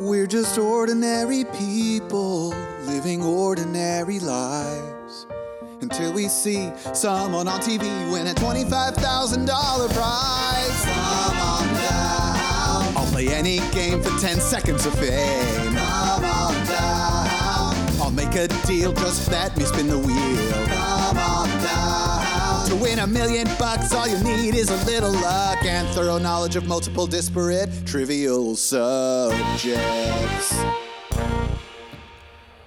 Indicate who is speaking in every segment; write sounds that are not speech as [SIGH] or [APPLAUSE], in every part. Speaker 1: We're just ordinary people living ordinary lives until we see someone on TV win a $25,000 prize. Come on down. I'll play any game for 10 seconds of fame. Come on down. I'll make a deal, just let me spin the wheel. Come on down. To win a million bucks, all you need is a little luck and thorough knowledge of multiple disparate, trivial subjects.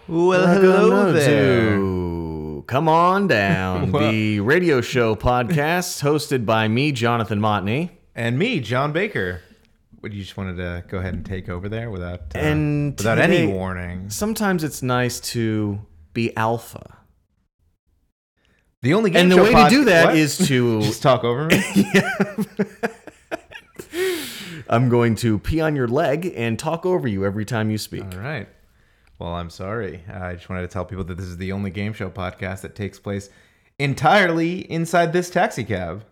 Speaker 2: Well,
Speaker 3: Welcome
Speaker 2: hello
Speaker 3: to-
Speaker 2: there.
Speaker 3: Come on down.
Speaker 2: [LAUGHS] What?
Speaker 3: the radio show podcast hosted by me, Jonathan Motney.
Speaker 2: And me, John Baker. What you just wanted to go ahead and take over there without uh,
Speaker 3: And
Speaker 2: without any
Speaker 3: today-
Speaker 2: warning.
Speaker 3: Sometimes it's nice to be alpha.
Speaker 2: The only game
Speaker 3: and the
Speaker 2: show
Speaker 3: way
Speaker 2: pod-
Speaker 3: to do that
Speaker 2: What?
Speaker 3: is
Speaker 2: [LAUGHS]
Speaker 3: to
Speaker 2: just talk over me.
Speaker 3: [LAUGHS] I'm going to pee on your leg and talk over you every time you speak.
Speaker 2: All right. Well, I'm sorry. I just wanted to tell people that this is the only game show podcast that takes place entirely inside this taxi cab.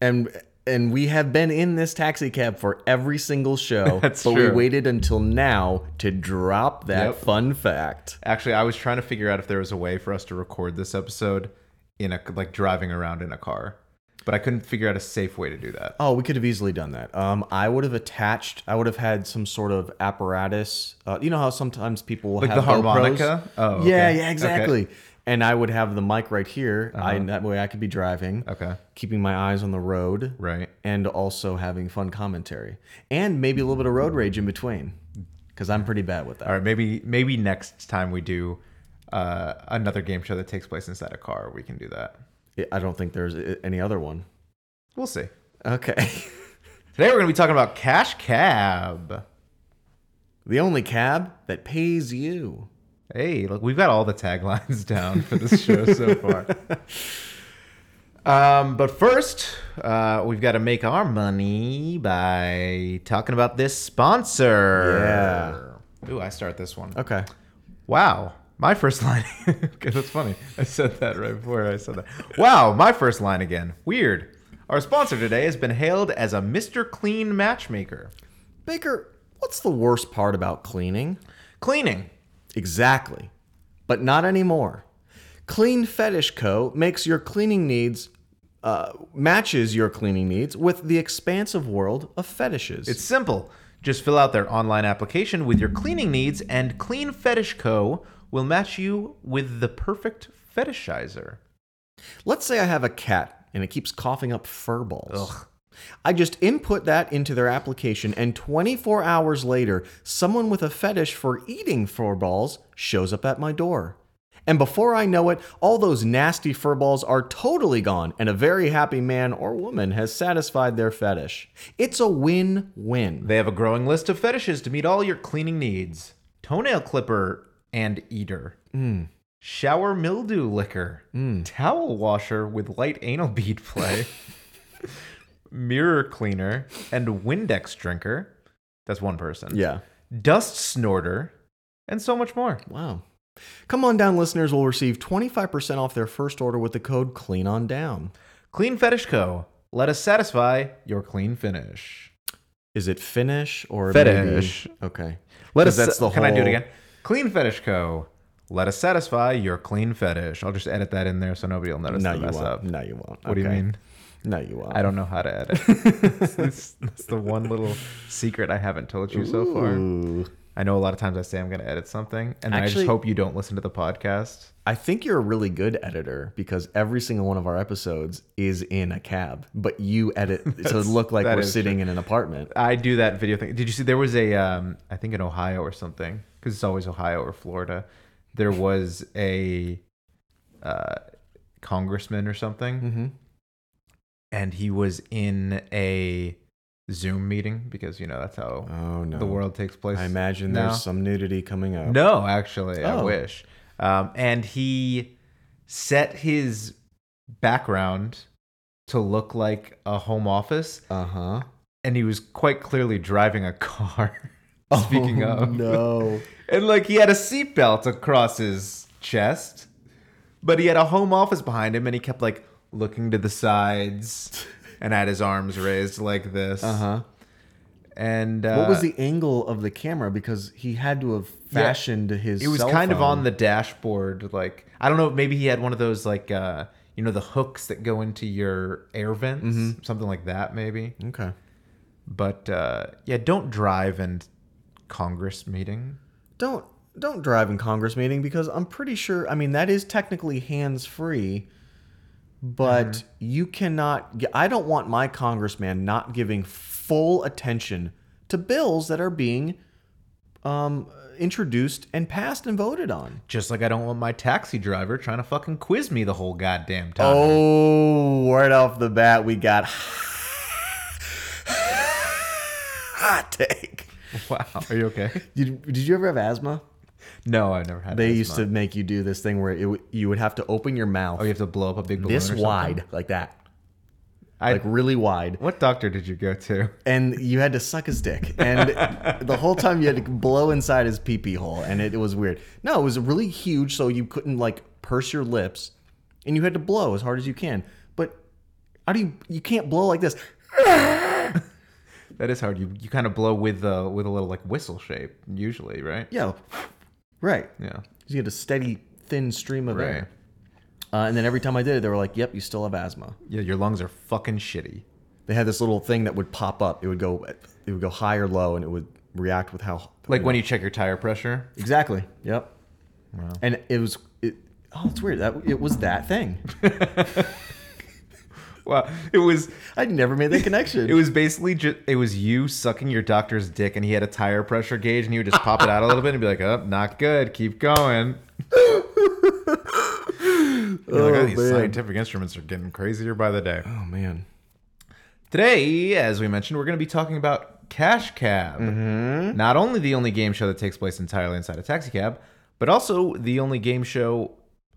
Speaker 3: And and we have been in this taxi cab for every single show,
Speaker 2: [LAUGHS] That's
Speaker 3: but
Speaker 2: true.
Speaker 3: we waited until now to drop that
Speaker 2: Yep.
Speaker 3: fun fact.
Speaker 2: Actually, I was trying to figure out if there was a way for us to record this episode in a like driving around in a car, but I couldn't figure out a safe way to do that.
Speaker 3: Oh, we could have easily done that. Um, I would have attached. I would have had some sort of apparatus. Uh, you know how sometimes people will
Speaker 2: Like
Speaker 3: have
Speaker 2: the harmonica?
Speaker 3: GoPros?
Speaker 2: Oh,
Speaker 3: yeah,
Speaker 2: okay. Uh-huh.
Speaker 3: yeah, exactly. And I would have the mic right here. I that way I could be driving,
Speaker 2: Okay.
Speaker 3: keeping my eyes on the road,
Speaker 2: Right.
Speaker 3: and also having fun commentary, and maybe a little bit of road rage in between, because I'm pretty bad with that.
Speaker 2: All right. Maybe maybe next time we do uh, another game show that takes place inside a car, we can do that.
Speaker 3: I don't think there's a- any other one.
Speaker 2: We'll see.
Speaker 3: Okay, [LAUGHS]
Speaker 2: Today we're going to be talking about Cash Cab.
Speaker 3: the only cab that pays you.
Speaker 2: Hey, look, we've got all the taglines [LAUGHS] down for this show so far. Um, but first, uh, we've got to make our money by talking about this sponsor. Yeah. Ooh, I start this one.
Speaker 3: Okay.
Speaker 2: Wow. My first line. [LAUGHS] okay, that's funny. I said that right before I said that. Wow, my first line again. Weird. Our sponsor today has been hailed as a Mr. Clean matchmaker.
Speaker 3: Baker, what's the worst part about cleaning?
Speaker 2: Cleaning.
Speaker 3: Exactly. But not anymore. Clean Fetish Co. makes your cleaning needs, uh, matches your cleaning needs with the expansive world of fetishes.
Speaker 2: It's simple. Just fill out their online application with your cleaning needs, and Clean Fetish Co. will match you with the perfect fetishizer.
Speaker 3: Let's say I have a cat and it keeps coughing up fur balls. I just input that into their application, and 24 hours later, someone with a fetish for eating fur balls shows up at my door. And before I know it, all those nasty fur balls are totally gone, and a very happy man or woman has satisfied their fetish. It's a win win.
Speaker 2: They have a growing list of fetishes to meet all your cleaning needs toenail clipper and eater,
Speaker 3: Hmm,
Speaker 2: shower mildew licker, towel washer with light anal bead play, mirror cleaner, and Windex drinker. That's one person.
Speaker 3: Yeah.
Speaker 2: Dust snorter, and so much more.
Speaker 3: Wow. Come on down, listeners will receive 25% off their first order with the code CLEAN ON DOWN.
Speaker 2: Clean Fetish Co. Let us satisfy your clean finish.
Speaker 3: Is it Finnish or
Speaker 2: Fetish.
Speaker 3: Maybe, okay.
Speaker 2: Let
Speaker 3: 'Cause
Speaker 2: us.
Speaker 3: That's the
Speaker 2: can I do it
Speaker 3: whole-
Speaker 2: again? Clean Fetish Co. Let us satisfy your clean fetish. I'll just edit that in there so nobody will notice
Speaker 3: No,
Speaker 2: the
Speaker 3: you
Speaker 2: mess
Speaker 3: won't.
Speaker 2: up.
Speaker 3: No, you won't.
Speaker 2: What do you
Speaker 3: Okay.
Speaker 2: mean?
Speaker 3: No, you won't.
Speaker 2: I don't know how to edit. It's- it's- That's the one little secret I haven't told you so far.
Speaker 3: Ooh.
Speaker 2: I know a lot of times I say I'm going to edit something, and I just
Speaker 3: Actually-
Speaker 2: hope you don't listen to the podcast.
Speaker 3: I think you're a really good editor because every single one of our episodes is in a cab, but you
Speaker 2: [LAUGHS]
Speaker 3: edit so it look like
Speaker 2: that
Speaker 3: we're
Speaker 2: is
Speaker 3: sitting in an apartment.
Speaker 2: I do that video thing. Did you see there was a um I think in Ohio or something because it's always Ohio or Florida. There was a uh congressman or something
Speaker 3: Mm-hmm.
Speaker 2: and he was in a Zoom meeting because you know that's how
Speaker 3: Oh no,
Speaker 2: the world takes place.
Speaker 3: I imagine
Speaker 2: now.
Speaker 3: there's some nudity coming up.
Speaker 2: No, actually, I
Speaker 3: Oh.
Speaker 2: wish. Um, and he set his background to look like a home office
Speaker 3: Uh huh.
Speaker 2: and he was quite clearly driving a [LAUGHS] car. Speaking
Speaker 3: oh,
Speaker 2: of, [LAUGHS]
Speaker 3: no.
Speaker 2: and like he had a seatbelt across his chest, but he had a home office behind him, and he kept like
Speaker 3: [LAUGHS]
Speaker 2: looking to the sides and had his arms raised like this.
Speaker 3: Uh huh.
Speaker 2: And uh,
Speaker 3: Uh-huh. What was the angle of the camera? Because he had to have fashioned his.
Speaker 2: It was kind of on the dashboard. Like I don't know. Maybe he had one of those like uh, you know the hooks that go into your air vents,
Speaker 3: Mm-hmm.
Speaker 2: something like that, maybe.
Speaker 3: Okay.
Speaker 2: But uh, yeah, don't drive and Congress meeting.
Speaker 3: Don't don't drive in Congress meeting because I'm pretty sure. I mean, that is technically hands free, but you cannot. ge- I don't want my congressman not giving full attention to bills that are being um, introduced and passed and voted on.
Speaker 2: Just like I don't want my taxi driver trying to fucking quiz me the whole goddamn time.
Speaker 3: Oh, right off the bat, we got [LAUGHS] hot take.
Speaker 2: [LAUGHS] Wow. Are you okay? [LAUGHS]
Speaker 3: Did, did you ever have asthma?
Speaker 2: No, I've never had.
Speaker 3: They
Speaker 2: asthma.
Speaker 3: used to make you do this thing where it, w- you would have to open your mouth
Speaker 2: Oh, you have to blow up a big balloon.
Speaker 3: this
Speaker 2: or something?
Speaker 3: wide, like that,
Speaker 2: I,
Speaker 3: like really wide,
Speaker 2: what doctor did you go to?
Speaker 3: and you had to suck his dick,
Speaker 2: [LAUGHS]
Speaker 3: and the whole time you had to blow inside his pee pee hole, and it, it was weird. No, it was really huge, so you couldn't like purse your lips, and you had to blow as hard as you can. But how do you? You can't blow like this.
Speaker 2: That is hard. You you kind of blow with uh with a little like whistle shape usually, right?
Speaker 3: Yeah, right.
Speaker 2: Yeah.
Speaker 3: 'Cause You had a steady, thin stream of
Speaker 2: Right.
Speaker 3: air. Uh, and then every time I did it, they were like, "Yep, you still have asthma."
Speaker 2: Yeah, your lungs are fucking shitty.
Speaker 3: They had this little thing that would pop up. It would go, it would go high or low, and it would react with how.
Speaker 2: Like when you check your tire pressure.
Speaker 3: exactly. Yep. And it was. It, oh, it's weird. That it was that thing.
Speaker 2: Wow. It was
Speaker 3: I'd never made [LAUGHS] that connection.
Speaker 2: it was basically just it was you sucking your doctor's dick and he had a tire pressure gauge and he would just pop it out a little bit and be like, "Oh, not good. Keep going." You're like, "Oh, these
Speaker 3: man.
Speaker 2: scientific instruments are getting crazier by the day.
Speaker 3: Oh man.
Speaker 2: Today, as we mentioned, we're going to be talking about Cash Cab. Not only the only game show that takes place entirely inside a taxi cab, but also the only game show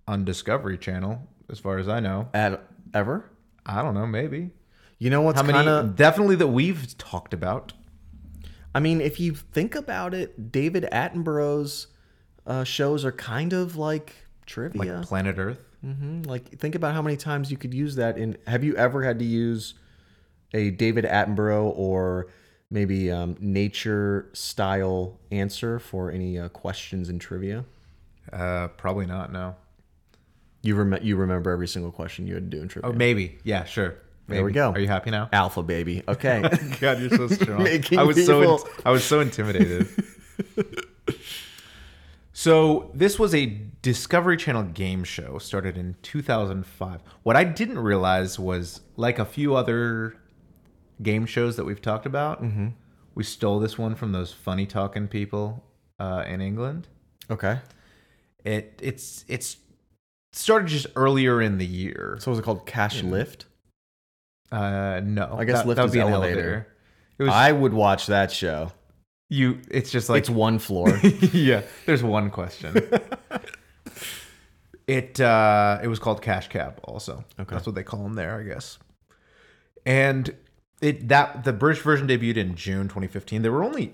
Speaker 2: on Discovery Channel, as far as I know.
Speaker 3: At ever.
Speaker 2: I don't know, maybe.
Speaker 3: You know what's
Speaker 2: How many?
Speaker 3: kind of
Speaker 2: Definitely that we've talked about.
Speaker 3: I mean, if you think about it, David Attenborough's uh, shows are kind of like trivia. Like,
Speaker 2: Planet Earth.
Speaker 3: hmm like, think about how many times you could use that. In have you ever had to use a David Attenborough or maybe um, nature style answer for any uh, questions in trivia?
Speaker 2: Uh, probably not. No.
Speaker 3: You rem- you remember every single question you had to do in trivia.
Speaker 2: Oh, maybe. Yeah, sure. Maybe.
Speaker 3: There we go.
Speaker 2: Are you happy now?
Speaker 3: Alpha baby. Okay.
Speaker 2: [LAUGHS] God, you're so [LAUGHS] strong.
Speaker 3: Making
Speaker 2: I was so
Speaker 3: people-
Speaker 2: I was so intimidated. [LAUGHS] so this was a Discovery Channel game show started in 2005. What I didn't realize was, like a few other game shows that we've talked about, we stole this one from those funny talking people uh, in England.
Speaker 3: okay.
Speaker 2: It it's it's started just earlier in the year.
Speaker 3: So was it called Cash Lift?
Speaker 2: Uh, no,
Speaker 3: I guess
Speaker 2: that,
Speaker 3: Lyft
Speaker 2: that would
Speaker 3: is
Speaker 2: be an
Speaker 3: elevator.
Speaker 2: It was
Speaker 3: I would watch that show.
Speaker 2: you. It's just like
Speaker 3: it's one
Speaker 2: [LAUGHS]
Speaker 3: floor. [LAUGHS]
Speaker 2: yeah, there's one question. it uh, it was called Cash Cab. Also,
Speaker 3: Okay.
Speaker 2: that's what they call them there, I guess. And it that the British version debuted in June 2015. There were only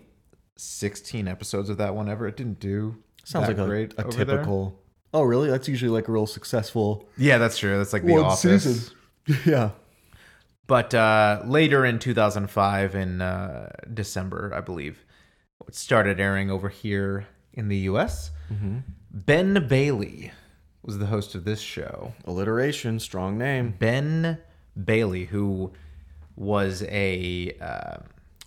Speaker 2: 16 episodes of that one ever. It didn't do
Speaker 3: Sounds
Speaker 2: that
Speaker 3: like a,
Speaker 2: great
Speaker 3: a
Speaker 2: over there.
Speaker 3: typical. Oh, really? That's usually like a real successful
Speaker 2: Yeah, that's true. That's like the office.
Speaker 3: [LAUGHS] yeah.
Speaker 2: But uh, later in 2005, in uh, December, I believe, it started airing over here in the US. Ben Bailey was the host of this show.
Speaker 3: Alliteration, strong name.
Speaker 2: Ben Bailey, who was a uh,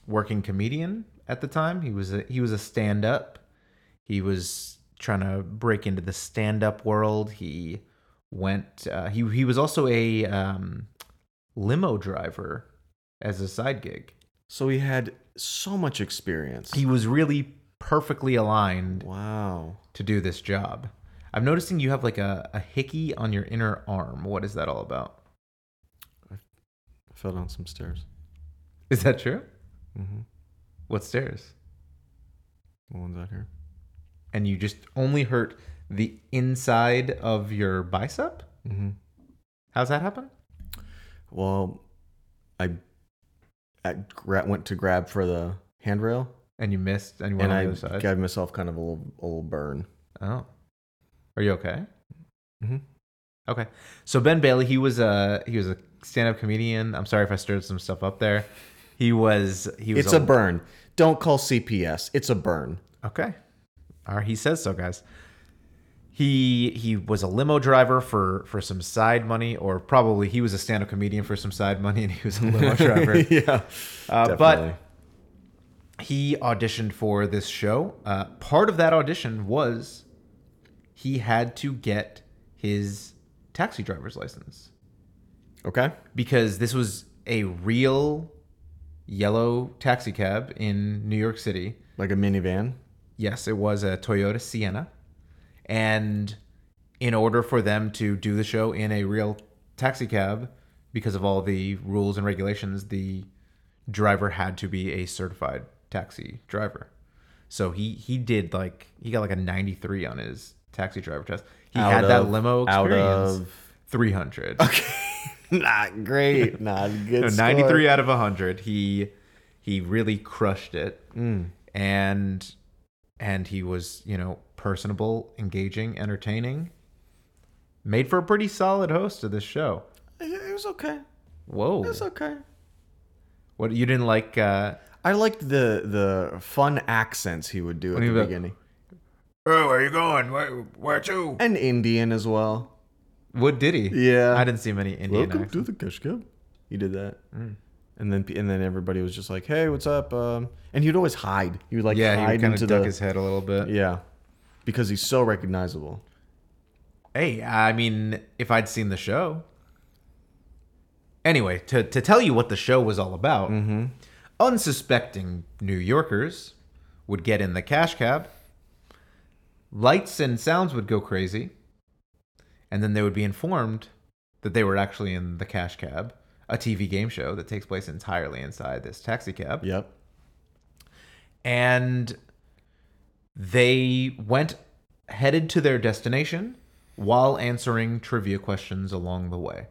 Speaker 2: working comedian at the time, he was a, he was a stand up. He was trying to break into the stand up world. He went. Uh, he he was also a um, limo driver as a side gig.
Speaker 3: So he had so much experience.
Speaker 2: He was really perfectly aligned
Speaker 3: wow.
Speaker 2: to do this job. I'm noticing you have like a, a hickey on your inner arm. What is that all about?
Speaker 3: I fell down some stairs.
Speaker 2: Is that true?
Speaker 3: Mm-hmm.
Speaker 2: What stairs?
Speaker 3: The ones out here.
Speaker 2: and you just only hurt the inside of your bicep?
Speaker 3: Mm-hmm.
Speaker 2: How's that happen?
Speaker 3: Well, I, I gra- went to grab for the handrail,
Speaker 2: And you missed and you went
Speaker 3: and
Speaker 2: on
Speaker 3: I
Speaker 2: the other side?
Speaker 3: gave myself kind of a little, a little burn.
Speaker 2: oh. Are you okay?
Speaker 3: Mhm.
Speaker 2: Okay. So Ben Bailey, he was a he was a stand-up comedian. I'm sorry if I stirred some stuff up there. He was. He was.
Speaker 3: It's a burn. Don't call CPS. It's a burn.
Speaker 2: Okay. All right, he says so, guys. He he was a limo driver for for some side money, or probably he was a stand-up comedian for some side money, and he was
Speaker 3: [LAUGHS]
Speaker 2: a limo driver.
Speaker 3: yeah.
Speaker 2: Uh, but he auditioned for this show. Uh, part of that audition was he had to get his taxi driver's license
Speaker 3: okay.
Speaker 2: because this was a real yellow taxi cab in New York City.
Speaker 3: Like a minivan.
Speaker 2: Yes, it was a Toyota Sienna. And in order for them to do the show in a real taxi cab, because of all the rules and regulations, the driver had to be a certified taxi driver. So he he did like he got like a 93 on his taxi driver test. He
Speaker 3: Out
Speaker 2: had that
Speaker 3: of-
Speaker 2: limo
Speaker 3: out
Speaker 2: experience.
Speaker 3: of-
Speaker 2: 300.
Speaker 3: [LAUGHS] not great. Not good.
Speaker 2: So
Speaker 3: score.
Speaker 2: 93 out of 100 he he really crushed it
Speaker 3: Mm.
Speaker 2: and and he was you know personable engaging entertaining made for a pretty solid host of this show
Speaker 3: It was okay.
Speaker 2: whoa
Speaker 3: It was okay.
Speaker 2: what you didn't like uh
Speaker 3: I liked the the fun accents he would do at
Speaker 2: do you
Speaker 3: the
Speaker 2: mean by-
Speaker 3: beginning,
Speaker 2: oh where are you going where, where to
Speaker 3: and Indian as well.
Speaker 2: what did he
Speaker 3: Yeah.
Speaker 2: i didn't see many indian
Speaker 3: Welcome
Speaker 2: accents.
Speaker 3: to the Keshkeb. He did that. And then and then everybody was just like, "Hey, what's up?" Um, and he'd always hide. He would like
Speaker 2: yeah he
Speaker 3: hide
Speaker 2: kind of
Speaker 3: into
Speaker 2: duck
Speaker 3: the
Speaker 2: his head a little bit
Speaker 3: yeah, because he's so recognizable.
Speaker 2: Hey, I mean, if I'd seen the show. Anyway, to, to tell you what the show was all about, unsuspecting New Yorkers would get in the cash cab, lights and sounds would go crazy, and then they would be informed that they were actually in the cash cab, a TV game show that takes place entirely inside this taxi cab
Speaker 3: Yep.
Speaker 2: and they went headed to their destination while answering trivia questions along the way.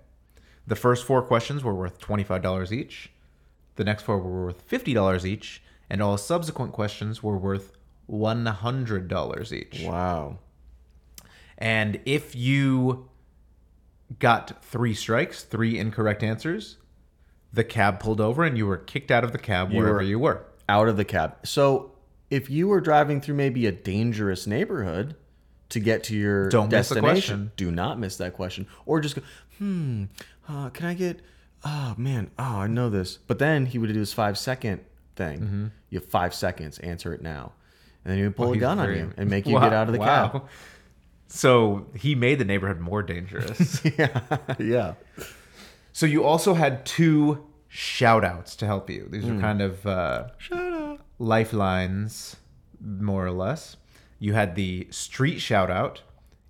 Speaker 2: The first four questions were worth $25 each, the next four were worth $50 each, and all subsequent questions were worth $100 each.
Speaker 3: Wow.
Speaker 2: And if you got three strikes, three incorrect answers, the cab pulled over and you were kicked out of the cab wherever
Speaker 3: were-
Speaker 2: you were.
Speaker 3: Out of the cab. So if you were driving through maybe a dangerous neighborhood to get to your
Speaker 2: Don't miss the
Speaker 3: destination,
Speaker 2: question.
Speaker 3: do not miss that question, or just go, "Hmm, uh, can I get?" Oh man, oh I know this. But then he would do his five second thing. You have five seconds. Answer it now. And then he would pull a
Speaker 2: Mm-hmm. Oh, He's
Speaker 3: gun on
Speaker 2: very-
Speaker 3: you and make you
Speaker 2: [LAUGHS] Wow,
Speaker 3: get out of the cab.
Speaker 2: wow. So he made the neighborhood more dangerous.
Speaker 3: [LAUGHS] [LAUGHS] Yeah, yeah.
Speaker 2: so you also had two shout outs to help you.
Speaker 3: Hmm.
Speaker 2: These are kind of uh,
Speaker 3: Shut up.
Speaker 2: lifelines, more or less. You had the street shout out,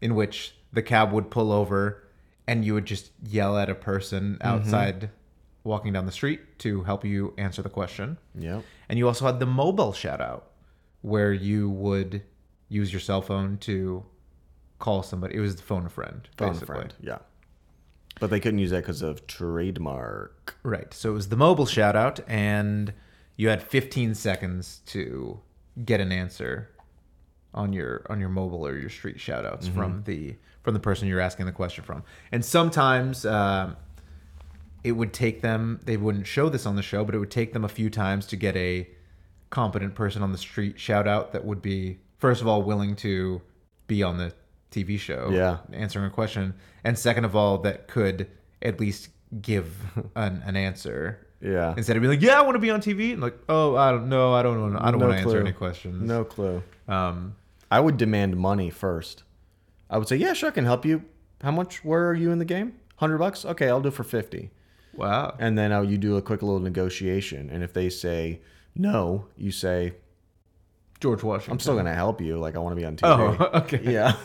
Speaker 2: in which the cab would pull over and you would just yell at a person
Speaker 3: Mm-hmm.
Speaker 2: outside walking down the street to help you answer the question.
Speaker 3: Yep.
Speaker 2: And you also had the mobile shout out where you would use your cell phone to call somebody. It was the phone a friend,
Speaker 3: Phone
Speaker 2: basically.
Speaker 3: friend. Yeah. But they couldn't use that because of trademark.
Speaker 2: Right. So it was the mobile shout out, and you had 15 seconds to get an answer on your on your mobile or your street shout outs from the from the person you're asking the question from. And sometimes um it would take them they wouldn't show this on the show, but it would take them a few times to get a competent person on the street shout out that would be first of all willing to be on the TV show
Speaker 3: Yeah.
Speaker 2: answering a question and second of all that could at least give an, an answer
Speaker 3: Yeah.
Speaker 2: instead of being like yeah I want to be on TV and like oh I don't know I don't know I don't
Speaker 3: No
Speaker 2: want to answer
Speaker 3: clue.
Speaker 2: any questions
Speaker 3: No clue.
Speaker 2: um
Speaker 3: I would demand money first. I would say, yeah, sure, I can help you. How much? Where are you in the game? Hundred bucks? Okay, I'll do it for fifty.
Speaker 2: wow
Speaker 3: And then uh, you do a quick little negotiation. And if they say no, you say,
Speaker 2: George Washington
Speaker 3: I'm still gonna help you. Like I want to be on TV.
Speaker 2: oh [LAUGHS] okay
Speaker 3: Yeah,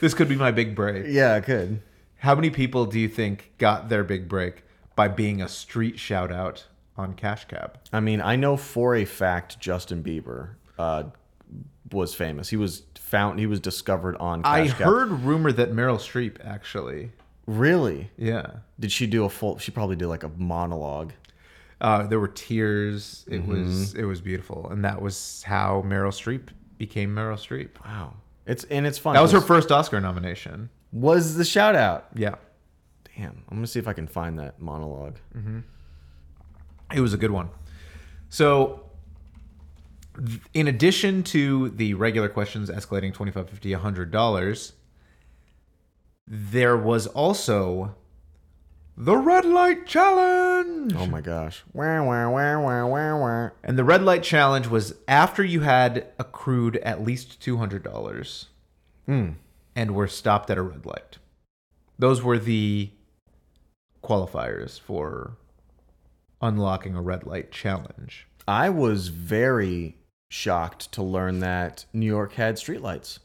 Speaker 2: this could be my big break
Speaker 3: yeah, I could.
Speaker 2: how many people do you think got their big break by being a street shout out on Cash Cab
Speaker 3: I mean, I know for a fact Justin Bieber uh, was famous. He was found. He was discovered on.
Speaker 2: I
Speaker 3: Cash Cab.
Speaker 2: heard rumor that Meryl Streep actually
Speaker 3: Really?
Speaker 2: yeah
Speaker 3: Did she do a full? She probably did like a monologue.
Speaker 2: uh, there were tears. It was it was beautiful, and that was how Meryl Streep became Meryl Streep.
Speaker 3: Wow. It's and it's fun.
Speaker 2: That was her first Oscar nomination.
Speaker 3: Was the shout out?
Speaker 2: Yeah,
Speaker 3: Mm-hmm. Damn, I'm gonna see if I can find that monologue.
Speaker 2: it was a good one. So, th- in addition to the regular questions escalating 25 50 $100, there was also the red light challenge.
Speaker 3: Oh my gosh. Wah, wah, wah, wah, wah, wah.
Speaker 2: And the red light challenge was after you had accrued at least two hundred dollars,
Speaker 3: Hmm.
Speaker 2: and were stopped at a red light. Those were the qualifiers for unlocking a red light challenge.
Speaker 3: I was very shocked to learn that New York had streetlights.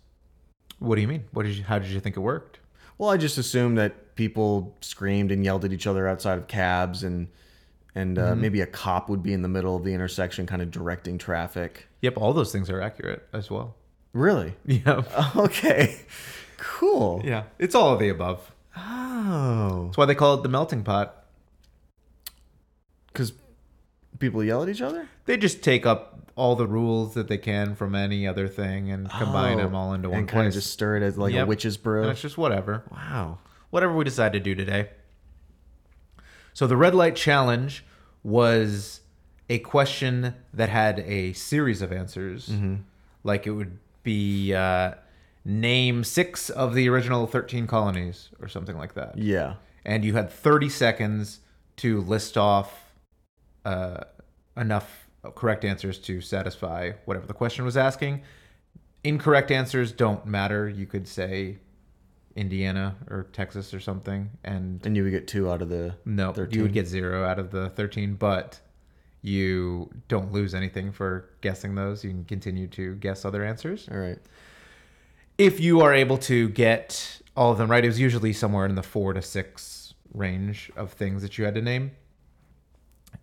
Speaker 2: What do you mean? What did you? How did you think it worked?
Speaker 3: Well, I just assumed that people screamed and yelled at each other outside of cabs, and and uh, maybe a cop would be in the middle of the intersection, kind of directing traffic.
Speaker 2: Yep, all those things are accurate as
Speaker 3: [LAUGHS]
Speaker 2: well.
Speaker 3: Really?
Speaker 2: Yeah,
Speaker 3: Okay. Cool.
Speaker 2: yeah, it's all of the above.
Speaker 3: Oh,
Speaker 2: That's why they call it the melting pot.
Speaker 3: because people yell at each other.
Speaker 2: They just take up all the rules that they can from any other thing and combine
Speaker 3: Oh,
Speaker 2: them all into one
Speaker 3: and kind
Speaker 2: place.
Speaker 3: of just stir it as like
Speaker 2: Yep.
Speaker 3: a witch's
Speaker 2: and
Speaker 3: brew.
Speaker 2: it's just whatever.
Speaker 3: Wow.
Speaker 2: whatever we decide to do today. So the red light challenge was a question that had a series of answers. Like it would be uh, name six of the original 13 colonies or something like that.
Speaker 3: Yeah.
Speaker 2: And you had 30 seconds to list off uh, enough correct answers to satisfy whatever the question was asking. Incorrect answers don't matter. You could say Indiana or Texas or something, and
Speaker 3: And you would get two out of the
Speaker 2: no, you
Speaker 3: 13.
Speaker 2: would get zero out of the 13, but you don't lose anything for guessing those. You can continue to guess other answers.
Speaker 3: All right.
Speaker 2: If you are able to get all of them right, it was usually somewhere in the four to six range of things that you had to name.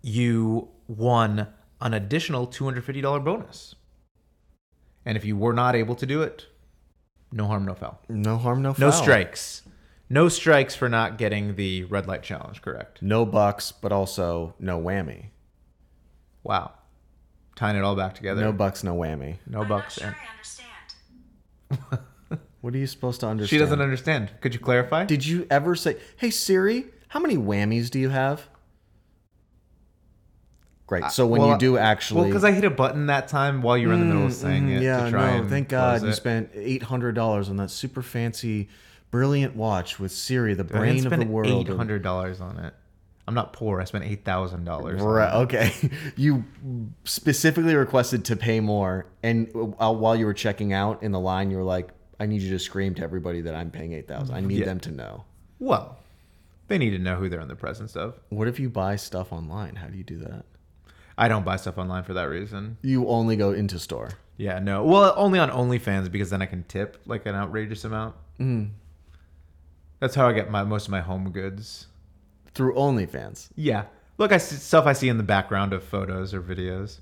Speaker 2: You won an additional $250 bonus. And if you were not able to do it, no harm, no foul.
Speaker 3: No harm, no foul.
Speaker 2: No strikes. No strikes for not getting the red light challenge correct.
Speaker 3: No bucks, but also no whammy.
Speaker 2: Wow. Tying it all back together.
Speaker 3: No bucks, no whammy.
Speaker 2: No bucks.
Speaker 4: I'm
Speaker 2: and
Speaker 4: not sure I understand.
Speaker 3: What are you supposed to understand?
Speaker 2: she doesn't understand. Could you clarify?
Speaker 3: Did you ever say, "Hey Siri, how many whammies do you have?" Great. So when
Speaker 2: Uh, well,
Speaker 3: you do
Speaker 2: I-
Speaker 3: actually,
Speaker 2: Well, because I hit a button that time while you were in the middle of saying
Speaker 3: Mm,
Speaker 2: it.
Speaker 3: mm-hmm. yeah,
Speaker 2: to try
Speaker 3: no,
Speaker 2: and
Speaker 3: thank God
Speaker 2: close
Speaker 3: you
Speaker 2: it.
Speaker 3: spent eight hundred dollars on that super fancy, brilliant watch with Siri, the
Speaker 2: I didn't
Speaker 3: brain of the
Speaker 2: spend
Speaker 3: world.
Speaker 2: Eight hundred dollars on it. I'm not poor. I spent eight thousand dollars.
Speaker 3: Right. Okay. [LAUGHS] You specifically requested to pay more, and uh, while you were checking out in the line, you were like, "I need you to scream to everybody that I'm paying eight thousand. I need
Speaker 2: Yeah.
Speaker 3: them to know."
Speaker 2: Well, they need to know who they're in the presence of.
Speaker 3: What if you buy stuff online? How do you do that?
Speaker 2: I don't buy stuff online for that reason.
Speaker 3: You only go into store.
Speaker 2: Yeah, no. Well, only on OnlyFans because then I can tip like an outrageous amount. Mm. That's how I get my most of my home goods.
Speaker 3: through OnlyFans.
Speaker 2: Yeah. Look, I see stuff I see in the background of photos or videos.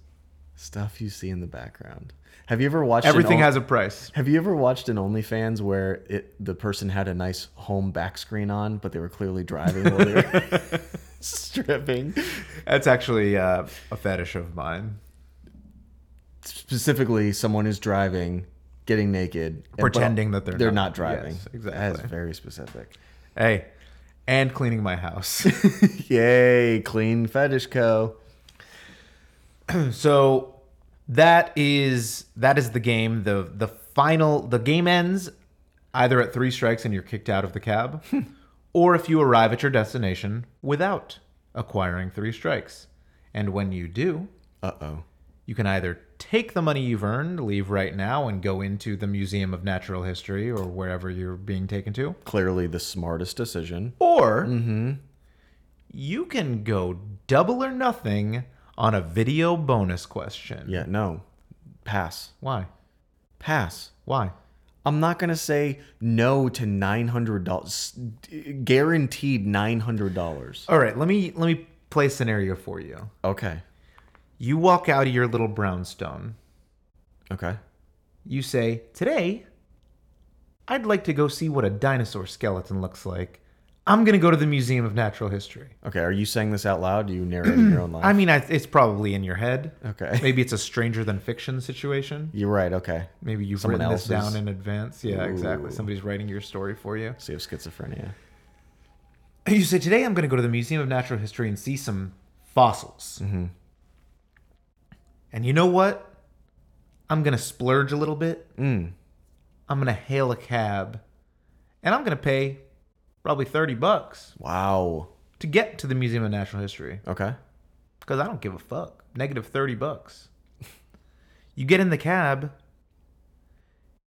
Speaker 3: Stuff you see in the background. Have you ever watched an
Speaker 2: Everything
Speaker 3: on-
Speaker 2: has a price.
Speaker 3: Have you ever watched an OnlyFans where it the person had a nice home back screen on, but they were clearly driving while they were
Speaker 2: [LAUGHS]
Speaker 3: stripping?
Speaker 2: That's actually uh, a fetish of mine.
Speaker 3: Specifically, someone is driving, getting naked, and- but
Speaker 2: Pretending that they're
Speaker 3: they're
Speaker 2: not.
Speaker 3: not, driving.
Speaker 2: Yes,
Speaker 3: That
Speaker 2: exactly.
Speaker 3: is very
Speaker 2: [LAUGHS]
Speaker 3: specific.
Speaker 2: Hey, and cleaning my house. [LAUGHS]
Speaker 3: Yay, clean fetish co.
Speaker 2: so that is that is the game. the The final the game ends either at three strikes and you're kicked out of the cab, or if you arrive at your destination without acquiring three strikes. And when you do,
Speaker 3: Uh oh.
Speaker 2: You can either take the money you've earned, leave right now, and go into the Museum of Natural History or wherever you're being taken to,
Speaker 3: Clearly, the smartest decision.
Speaker 2: or you can go double or nothing on a video bonus question.
Speaker 3: Yeah. No. Pass.
Speaker 2: Why?
Speaker 3: Pass.
Speaker 2: Why?
Speaker 3: I'm not gonna say no to nine hundred dollars, guaranteed nine hundred dollars.
Speaker 2: All right, let me let me play a scenario for you.
Speaker 3: Okay,
Speaker 2: You walk out of your little brownstone.
Speaker 3: okay.
Speaker 2: You say, "Today, I'd like to go see what a dinosaur skeleton looks like. I'm going to go to the Museum of Natural History."
Speaker 3: Okay, are you saying this out loud? Do you narrate in your
Speaker 2: [CLEARS THROAT]
Speaker 3: own life?
Speaker 2: I mean, I, it's probably in your head.
Speaker 3: Okay.
Speaker 2: Maybe it's a stranger than fiction situation.
Speaker 3: You're right. Okay.
Speaker 2: Maybe you've
Speaker 3: Someone
Speaker 2: written this
Speaker 3: else's.
Speaker 2: down in advance. Yeah, exactly.
Speaker 3: Ooh.
Speaker 2: Somebody's writing your story for you.
Speaker 3: So you have schizophrenia.
Speaker 2: You
Speaker 3: Mm-hmm.
Speaker 2: say, Today I'm going to go to the Museum of Natural History and see some fossils. And you know what? I'm going to splurge a little bit.
Speaker 3: Mm,
Speaker 2: I'm going to hail a cab. And I'm going to pay probably 30 bucks
Speaker 3: Wow.
Speaker 2: to get to the Museum of Natural History
Speaker 3: Okay.
Speaker 2: because I don't give a fuck. Negative 30
Speaker 3: [LAUGHS]
Speaker 2: bucks. you get in the cab.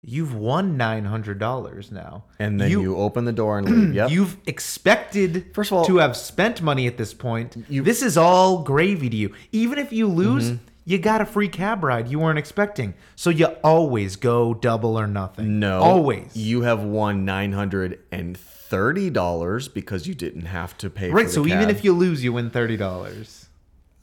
Speaker 2: You've won $900 now.
Speaker 3: And then you, open the door and
Speaker 2: [CLEARS THROAT]
Speaker 3: leave. Yep.
Speaker 2: You've expected,
Speaker 3: First of all-
Speaker 2: to have spent money at this point.
Speaker 3: You- Mm-hmm.
Speaker 2: this is all gravy to you. Even if you lose, you got a free cab ride you weren't expecting. So you always go double or nothing.
Speaker 3: no.
Speaker 2: always.
Speaker 3: You have won nine hundred and thirty dollars because you didn't have to pay.
Speaker 2: right.
Speaker 3: For
Speaker 2: So even if you lose, you win thirty dollars.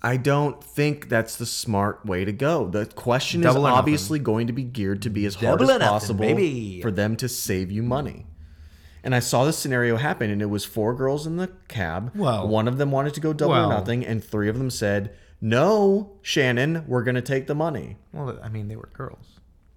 Speaker 3: I don't think that's the smart way to go. The question
Speaker 2: Double or
Speaker 3: is
Speaker 2: nothing.
Speaker 3: obviously going to be geared to be as hard
Speaker 2: Double
Speaker 3: as
Speaker 2: or nothing,
Speaker 3: possible
Speaker 2: baby.
Speaker 3: for them to save you money. And I saw this scenario happen, and it was four girls in the cab.
Speaker 2: Wow.
Speaker 3: One of them wanted to go double
Speaker 2: Wow.
Speaker 3: or nothing, and three of them said, "No, Shannon, we're going to take the money."
Speaker 2: Well, I mean, they were girls.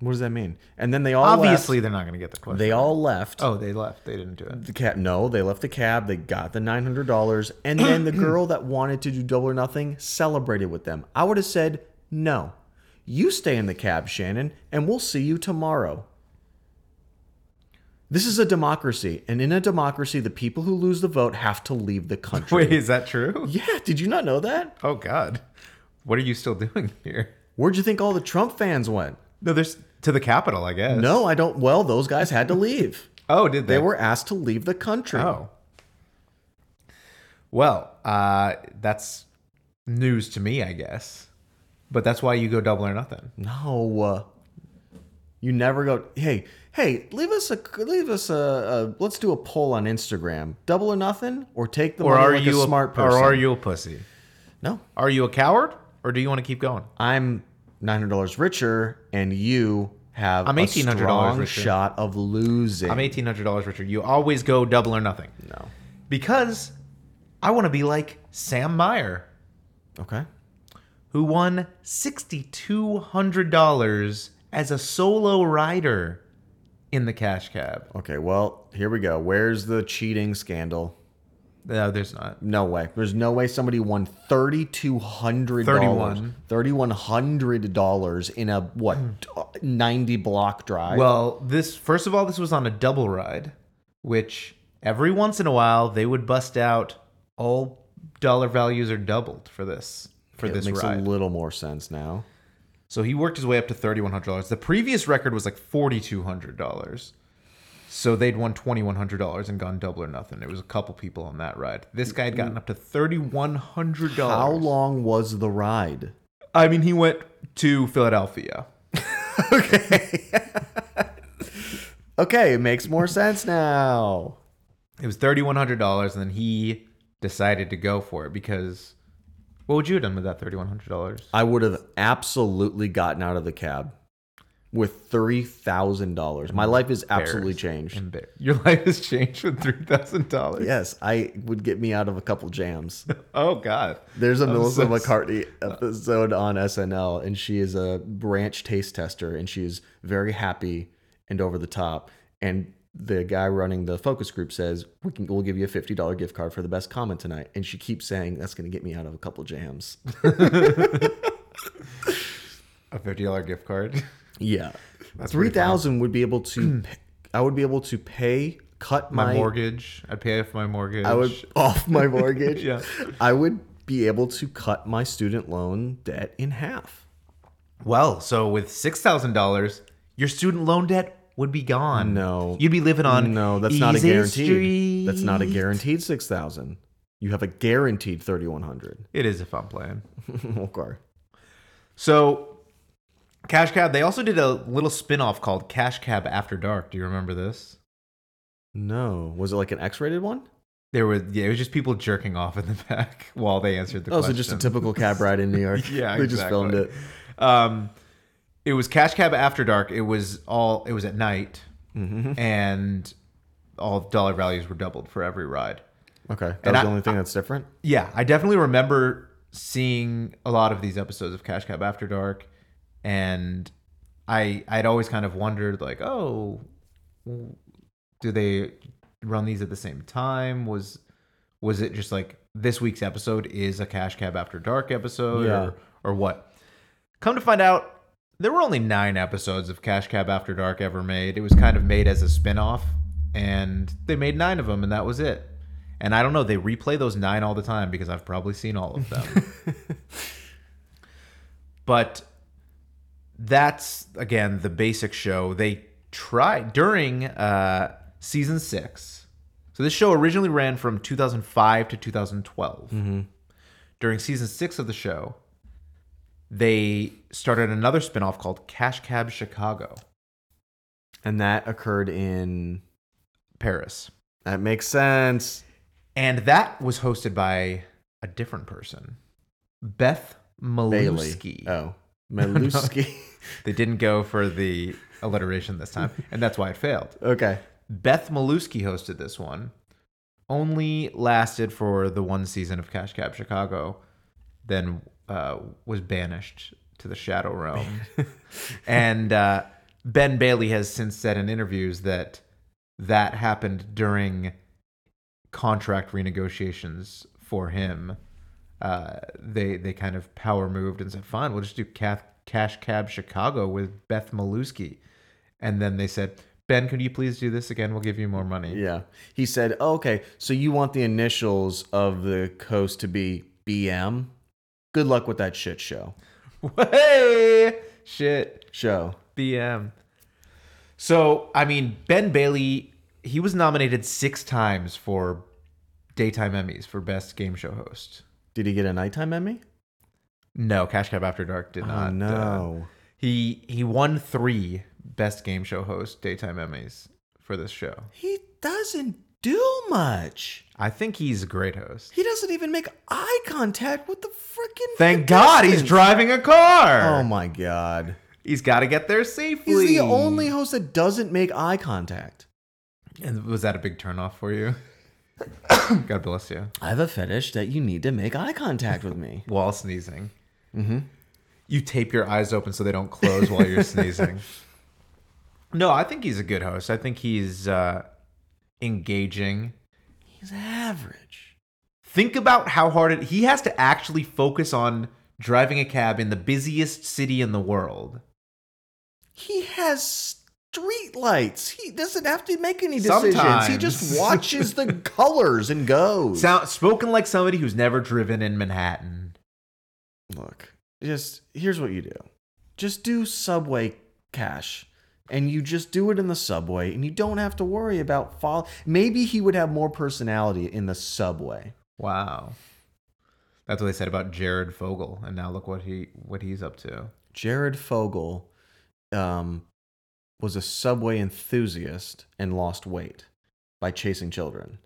Speaker 3: What does that mean? And then they all
Speaker 2: Obviously,
Speaker 3: left.
Speaker 2: they're not going to get the question.
Speaker 3: they all left.
Speaker 2: oh, they left. They didn't do it.
Speaker 3: The cab. No, they left the cab. They got the nine hundred dollars, and then
Speaker 2: [CLEARS THROAT]
Speaker 3: the girl that wanted to do double or nothing celebrated with them. I would have said no. You stay in the cab, Shannon, and we'll see you tomorrow. This is a democracy, and in a democracy, the people who lose the vote have to leave the country.
Speaker 2: Wait, is that true?
Speaker 3: Yeah, did you not know that?
Speaker 2: Oh God, what are you still [LAUGHS] doing here?
Speaker 3: Where'd you think all the Trump fans went?
Speaker 2: No, there's to the Capitol, I guess.
Speaker 3: No, I don't. Well, those guys had to leave.
Speaker 2: Oh, did they?
Speaker 3: They were asked to leave the country.
Speaker 2: Oh. Well, uh, that's news to me, I guess. But that's why you go double or nothing.
Speaker 3: No, uh, you never go. Hey, hey, leave us a leave us a, a let's do a poll on Instagram. Double or nothing, or take the
Speaker 2: Or
Speaker 3: money
Speaker 2: are
Speaker 3: like
Speaker 2: you
Speaker 3: a smart person?
Speaker 2: Or are you a pussy?
Speaker 3: No,
Speaker 2: Are you a coward, or do you want to keep going?
Speaker 3: I'm nine hundred dollars richer, and you have
Speaker 2: I'm
Speaker 3: a
Speaker 2: $1,800
Speaker 3: strong
Speaker 2: richer.
Speaker 3: shot of losing.
Speaker 2: I'm eighteen hundred dollars richer. You always go double or nothing
Speaker 3: no,
Speaker 2: because I want to be like Sam Meyer,
Speaker 3: okay,
Speaker 2: who won sixty two hundred dollars as a solo rider in the cash cab.
Speaker 3: okay. Well, here we go. Where's the cheating scandal?
Speaker 2: No, there's not.
Speaker 3: No way. There's no way somebody won thirty two hundred dollars,
Speaker 2: $3,100.
Speaker 3: thirty one hundred dollars in a what ninety block drive.
Speaker 2: Well, this first of all, this was on a double ride, which every once in a while they would bust out all dollar values are doubled for this for
Speaker 3: it
Speaker 2: this
Speaker 3: makes
Speaker 2: ride.
Speaker 3: a little more sense now.
Speaker 2: so he worked his way up to thirty one hundred dollars. The previous record was like forty two hundred dollars. So they'd won twenty one hundred dollars and gone double or nothing. It was a couple people on that ride. This guy had gotten up to thirty one hundred dollars.
Speaker 3: How long was the ride?
Speaker 2: I mean, he went to Philadelphia.
Speaker 3: Okay, it makes more sense now.
Speaker 2: It was thirty one hundred dollars, and then he decided to go for it because what would you have done with that thirty one hundred dollars?
Speaker 3: I would have absolutely gotten out of the cab with three thousand dollars. My life is absolutely changed.
Speaker 2: Your [LAUGHS] life has changed with three thousand dollars.
Speaker 3: Yes, I would get me out of a couple jams.
Speaker 2: Oh God.
Speaker 3: There's a Melissa
Speaker 2: so- [LAUGHS]
Speaker 3: McCartney episode on SNL, and she is a ranch taste tester, and she is very happy and over the top. And the guy running the focus group says, "We can, we'll give you a fifty dollar gift card for the best comment tonight." And she keeps saying, "That's going to get me out of a couple jams." [LAUGHS]
Speaker 2: A fifty dollar gift card. [LAUGHS]
Speaker 3: yeah, three thousand would be able to. pay, I would be able to pay cut
Speaker 2: Mm. My,
Speaker 3: my,
Speaker 2: mortgage. I'd pay off my mortgage.
Speaker 3: I would off
Speaker 2: [LAUGHS]
Speaker 3: my mortgage.
Speaker 2: Yeah.
Speaker 3: I would be able to cut my student loan debt in half.
Speaker 2: Well, so with six thousand dollars, your student loan debt would be gone.
Speaker 3: No.
Speaker 2: You'd be living on
Speaker 3: No, that's not a
Speaker 2: Easy
Speaker 3: guaranteed.
Speaker 2: Street.
Speaker 3: That's not a guaranteed six thousand. You have a guaranteed thirty one hundred. [LAUGHS]
Speaker 2: It is if I'm playing.
Speaker 3: okay.
Speaker 2: So, Cash Cab, they also did a little spin off called Cash Cab After Dark. Do you remember this?
Speaker 3: No, was it like an X rated one?
Speaker 2: There were, yeah, it was just people jerking off in the [LAUGHS] back while they answered the
Speaker 3: Oh, so
Speaker 2: question.
Speaker 3: just a typical
Speaker 2: [LAUGHS]
Speaker 3: cab ride in New York.
Speaker 2: Yeah,
Speaker 3: they just filmed it.
Speaker 2: exactly. Um, it was Cash Cab After Dark. It was all, it was at night,
Speaker 3: Mm-hmm.
Speaker 2: and all dollar values were doubled for every ride.
Speaker 3: Okay, that
Speaker 2: And
Speaker 3: was
Speaker 2: I-
Speaker 3: the only thing that's different.
Speaker 2: Yeah, I definitely remember seeing a lot of these episodes of Cash Cab After Dark, and I I'd always kind of wondered like, oh, do they run these at the same time? Was was it just like this week's episode is a Cash Cab After Dark episode
Speaker 3: Yeah.
Speaker 2: or or what? Come to find out, there were only nine episodes of Cash Cab After Dark ever made. It was kind of made as a spin off, and they made nine of them, and that was it. And I don't know, they replay those nine all the time because I've probably seen all of them. but that's, again, the basic show. They tried during uh, season six. So this show originally ran from 2005 to 2012. During season six of the show, they started another spinoff called Cash Cab Chicago,
Speaker 3: And that occurred in.
Speaker 2: Paris.
Speaker 3: That makes sense.
Speaker 2: And that was hosted by a different person, Beth Malusky.
Speaker 3: Bailey.
Speaker 2: [LAUGHS]
Speaker 3: Oh, Maluski.
Speaker 2: They didn't go for the alliteration this time, and that's why it failed.
Speaker 3: okay.
Speaker 2: Beth Malusky hosted this one, only lasted for the one season of Cash Cab Chicago, then uh, was banished to the Shadow Realm. and uh, Ben Bailey has since said in interviews that that happened during contract renegotiations for him. Uh, they they kind of power moved and said, "Fine, we'll just do Cath- Cash Cab Chicago with Beth Malusky," and then they said, "Ben, could you please do this again? We'll give you more money."
Speaker 3: Yeah. He said, oh, okay, so you want the initials of the coast to be BM? Good luck with that shit show.
Speaker 2: [LAUGHS] Hey, shit,
Speaker 3: Show.
Speaker 2: BM. So I mean, Ben Bailey, he was nominated six times for daytime Emmys for best game show host.
Speaker 3: Did he get a nighttime Emmy?
Speaker 2: No, Cash Cab After Dark did not. uh,
Speaker 3: Oh, no.
Speaker 2: He he won three best game show host daytime Emmys for this show.
Speaker 3: He doesn't do much.
Speaker 2: I think he's a great host.
Speaker 3: He doesn't even make eye contact with the freaking.
Speaker 2: Thank God he's
Speaker 3: contestants.
Speaker 2: driving a car.
Speaker 3: Oh my God.
Speaker 2: he's got to get there safely.
Speaker 3: He's the only host that doesn't make eye contact.
Speaker 2: And was that a big turnoff for you? [COUGHS] God bless you.
Speaker 3: I have a fetish that you need to make eye contact with me. [LAUGHS]
Speaker 2: While sneezing, mm-hmm. you tape your eyes open so they don't close while you're sneezing. No, I think he's a good host. I think he's uh, engaging.
Speaker 3: He's average.
Speaker 2: Think about how hard it he has to actually focus on driving a cab in the busiest city in the world.
Speaker 3: He has street lights. He doesn't have to make any decisions. He
Speaker 2: Sometimes.
Speaker 3: just watches the colors and [LAUGHS] goes.
Speaker 2: Sound spoken like somebody who's never driven in Manhattan.
Speaker 3: Look, just here's what you do. Just do subway cash. And you just do it in the subway and you don't have to worry about follow maybe he would have more personality in the subway.
Speaker 2: Wow. That's what they said about Jared Fogle, and now look what he what he's up to. [LAUGHS]
Speaker 3: Jared Fogle um, was a subway enthusiast and lost weight by chasing children.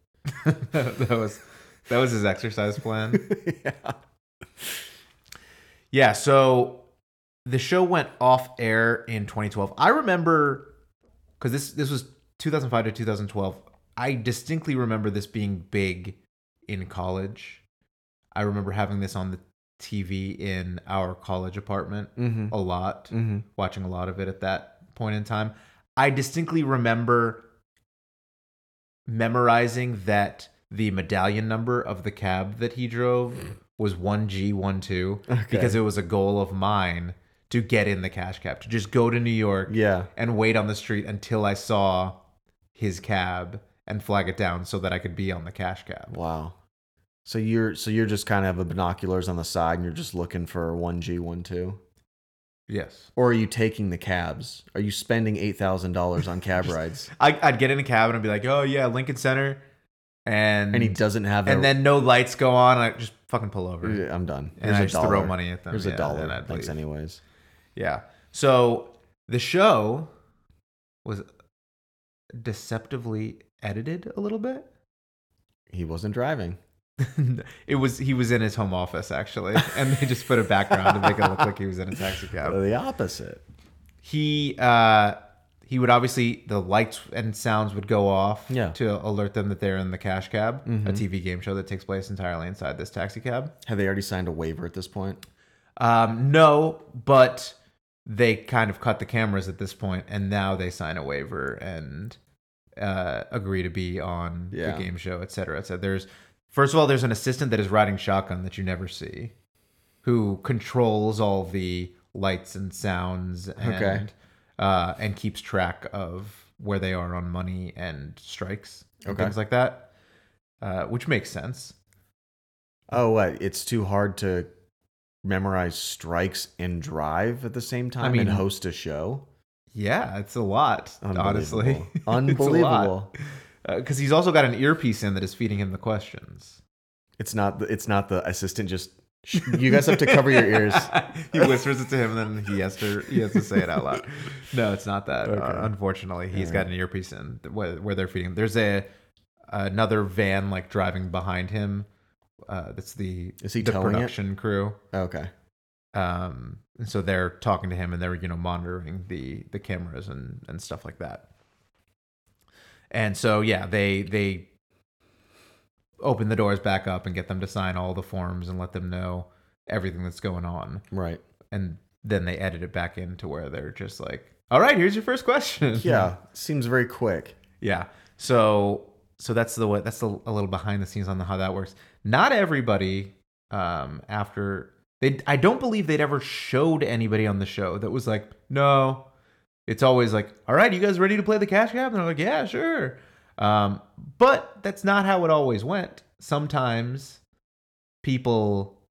Speaker 2: that was that was his exercise plan. Yeah, so the show went off air in 2012. I remember cuz this this was 2005 to 2012. I distinctly remember this being big in college. I remember having this on the TV in our college apartment
Speaker 3: Mhm.
Speaker 2: a lot,
Speaker 3: Mhm.
Speaker 2: watching a lot of it at that point in time. I distinctly remember memorizing that the medallion number of the cab that he drove was 1G12
Speaker 3: Okay.
Speaker 2: because it was a goal of mine to get in the cash cab, to just go to New York
Speaker 3: Yeah.
Speaker 2: and wait on the street until I saw his cab and flag it down so that I could be on the cash cab.
Speaker 3: Wow. So you're so you're just kind of a binoculars on the side and you're just looking for one G one two?
Speaker 2: Yes.
Speaker 3: Or are you taking the cabs? Are you spending eight thousand dollars on
Speaker 2: [LAUGHS]
Speaker 3: cab rides?
Speaker 2: I, I'd get in a cab and I'd be like, oh, yeah, Lincoln Center. And,
Speaker 3: And he doesn't have
Speaker 2: and
Speaker 3: their-
Speaker 2: then no lights go on. I just fucking pull over.
Speaker 3: I'm done.
Speaker 2: And I
Speaker 3: a
Speaker 2: just throw
Speaker 3: dollar.
Speaker 2: money at them.
Speaker 3: Here's
Speaker 2: Yeah,
Speaker 3: a dollar.
Speaker 2: and I'd
Speaker 3: Thanks
Speaker 2: leave.
Speaker 3: anyways.
Speaker 2: Yeah. So the show was deceptively edited a little bit. [LAUGHS]
Speaker 3: He wasn't driving.
Speaker 2: it was he was in his home office actually, [LAUGHS] and they just put a background to make it look like he was in a taxi
Speaker 3: [LAUGHS]
Speaker 2: cab.
Speaker 3: The opposite.
Speaker 2: He uh he would obviously the lights and sounds would go off
Speaker 3: Yeah.
Speaker 2: to alert them that they're in the cash cab, a
Speaker 3: Mhm.
Speaker 2: TV game show that takes place entirely inside this taxi cab.
Speaker 3: Have they already signed a waiver at this point?
Speaker 2: Um, no, but they kind of cut the cameras at this point, and now they sign a waiver and uh, agree to be on
Speaker 3: Yeah.
Speaker 2: the game show, et cetera, et cetera. There's first of all, there's an assistant that is riding shotgun that you never see, who controls all the lights and sounds and
Speaker 3: Okay.
Speaker 2: uh, and keeps track of where they are on money and strikes and
Speaker 3: Okay.
Speaker 2: things like that, uh, which makes sense.
Speaker 3: Oh, what? It's too hard to memorize strikes and drive at the same time
Speaker 2: mean-
Speaker 3: and host a show.
Speaker 2: Yeah, it's a lot, honestly. [LAUGHS]
Speaker 3: Unbelievable. Unbelievable.
Speaker 2: Because Uh, he's also got an earpiece in that is feeding him the questions.
Speaker 3: It's not. The, it's not the assistant. Just "Shh, you guys have to cover your ears.
Speaker 2: [LAUGHS] he whispers it to him, and then he has to he has to say it out
Speaker 3: [LAUGHS]
Speaker 2: loud. No, it's not that.
Speaker 3: Okay.
Speaker 2: Uh, unfortunately, he's got an earpiece in th- where, where they're feeding. him. There's a another van like driving behind him. Uh, that's the
Speaker 3: Is he
Speaker 2: the
Speaker 3: towing it?
Speaker 2: production crew.
Speaker 3: Okay.
Speaker 2: Um, and so they're talking to him, and they're you know monitoring the the cameras and and stuff like that. And so yeah, they they open the doors back up and get them to sign all the forms and let them know everything that's going on
Speaker 3: Right.
Speaker 2: and then they edit it back into where they're just like, "All right, here's your first question."
Speaker 3: Yeah. Seems very quick.
Speaker 2: yeah. So, so that's the way. That's the, a little behind the scenes on how that works. Not everybody. Um, after they, I don't believe they'd ever showed anybody on the show that was like, "No." It's always like, "All right, you guys ready to play the cash game?" And they're like, "Yeah, sure." Um, but that's not how it always went. Sometimes people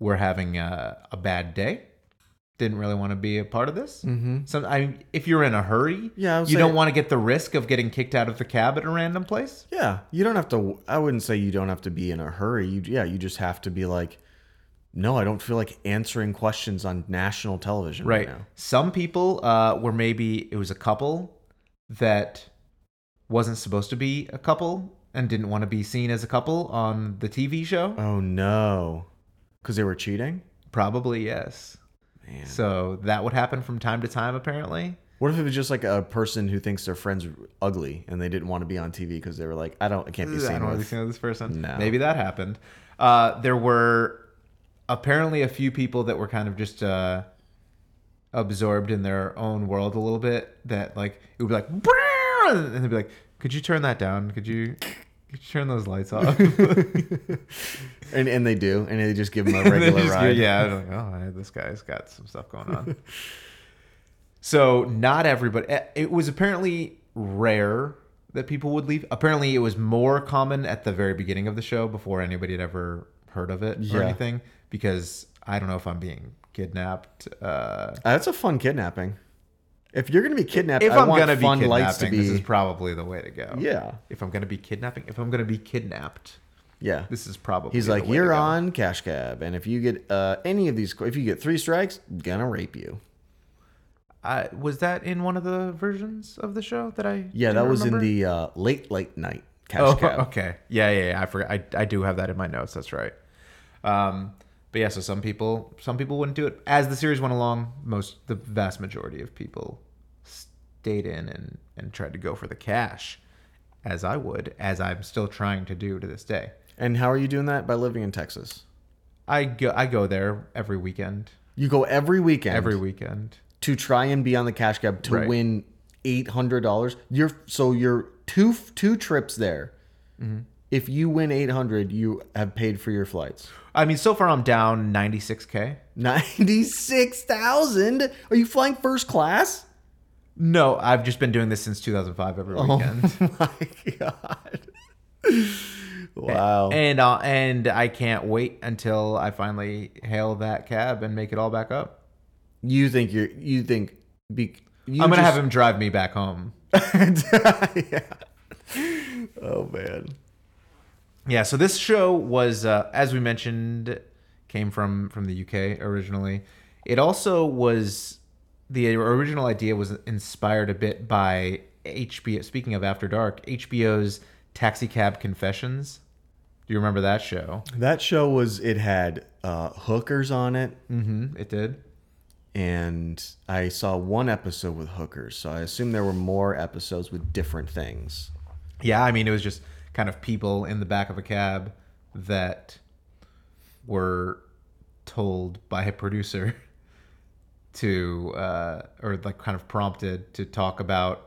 Speaker 2: were having a, a bad day, didn't really want to be a part of this.
Speaker 3: Mm-hmm.
Speaker 2: Some, I, if you're in a hurry,
Speaker 3: Yeah, I
Speaker 2: you
Speaker 3: would say-
Speaker 2: don't want to get the risk of getting kicked out of the cab at a random place.
Speaker 3: Yeah, you don't have to. I wouldn't say you don't have to be in a hurry. You, yeah, you just have to be like, no, I don't feel like answering questions on national television right,
Speaker 2: Right.
Speaker 3: now.
Speaker 2: Some people uh, were maybe it was a couple that wasn't supposed to be a couple and didn't want to be seen as a couple on the TV show.
Speaker 3: Oh no, because they were cheating.
Speaker 2: Probably yes.
Speaker 3: Man.
Speaker 2: So that would happen from time to time, apparently.
Speaker 3: What if it was just like a person who thinks their friend's ugly and they didn't want to be on TV because they were like, I don't, I can't be
Speaker 2: I
Speaker 3: seen
Speaker 2: don't really
Speaker 3: with.
Speaker 2: see this person.
Speaker 3: No.
Speaker 2: Maybe that happened. Uh, there were apparently a few people that were kind of just uh, absorbed in their own world a little bit. That like it would be like, "Brrr!" and they'd be like, "Could you turn that down? Could you, could you turn those lights off?" [LAUGHS]
Speaker 3: [LAUGHS] And and they do, and they just give
Speaker 2: [LAUGHS]
Speaker 3: them a regular
Speaker 2: They just go,
Speaker 3: ride.
Speaker 2: yeah, they're like, oh, hey, this guy's got some stuff going on. so not everybody. eh, It was apparently rare that people would leave. Apparently, it was more common at the very beginning of the show before anybody had ever heard of it
Speaker 3: Yeah.
Speaker 2: or anything. Because I don't know if I'm being kidnapped. Uh,
Speaker 3: Uh, that's a fun kidnapping. If you're gonna be kidnapped,
Speaker 2: if
Speaker 3: I
Speaker 2: I'm
Speaker 3: want
Speaker 2: gonna be
Speaker 3: fun lights to
Speaker 2: kidnapping,
Speaker 3: be.
Speaker 2: this is probably the way to go.
Speaker 3: yeah,
Speaker 2: If I'm gonna be kidnapping, if I'm gonna be kidnapped,
Speaker 3: yeah.
Speaker 2: this is probably
Speaker 3: He's
Speaker 2: the
Speaker 3: like,
Speaker 2: way to
Speaker 3: you're
Speaker 2: go."
Speaker 3: on cash cab, and if you get uh, any of these, if you get three strikes, gonna rape you.
Speaker 2: I, was that in one of the versions of the show that I?
Speaker 3: Yeah, that
Speaker 2: didn't
Speaker 3: was
Speaker 2: remember?
Speaker 3: in the uh, late late night cash
Speaker 2: Oh,
Speaker 3: cab. [LAUGHS]
Speaker 2: okay. Yeah, yeah, yeah. I forgot. I, I do have that in my notes. That's right. Um, but yeah, so some people, some people wouldn't do it. As the series went along, most, the vast majority of people stayed in and and tried to go for the cash, as I would, as I'm still trying to do to this day.
Speaker 3: And how are you doing that by living in Texas?
Speaker 2: I go, I go there every weekend,
Speaker 3: You go every weekend
Speaker 2: every weekend.
Speaker 3: to try and be on the cash cab to
Speaker 2: Right.
Speaker 3: win eight hundred dollars. You're so you're two two trips there. If you win eight hundred, you have paid for your flights. [LAUGHS]
Speaker 2: I mean, so far I'm down 96k.
Speaker 3: Ninety six thousand. Are you flying first class?
Speaker 2: No, I've just been doing this since 2005 every
Speaker 3: Oh.
Speaker 2: weekend.
Speaker 3: [LAUGHS] My God. Wow.
Speaker 2: and uh, and I can't wait until I finally hail that cab and make it all back up.
Speaker 3: You think you're you think be you
Speaker 2: I'm gonna
Speaker 3: just-
Speaker 2: have him drive me back home.
Speaker 3: yeah. Oh man.
Speaker 2: Yeah. So this show was, uh, as we mentioned, came from from the UK originally. It also was the original idea was inspired a bit by HBO. Speaking of After Dark, HBO's Taxi Cab Confessions. Do you remember that show?
Speaker 3: That show was it had uh, hookers on it,
Speaker 2: Mm-hmm. It did.
Speaker 3: and I saw one episode with hookers, so I assume there were more episodes with different things.
Speaker 2: Yeah, I mean, it was just kind of people in the back of a cab that were told by a producer [LAUGHS] to, uh, or like kind of prompted to talk about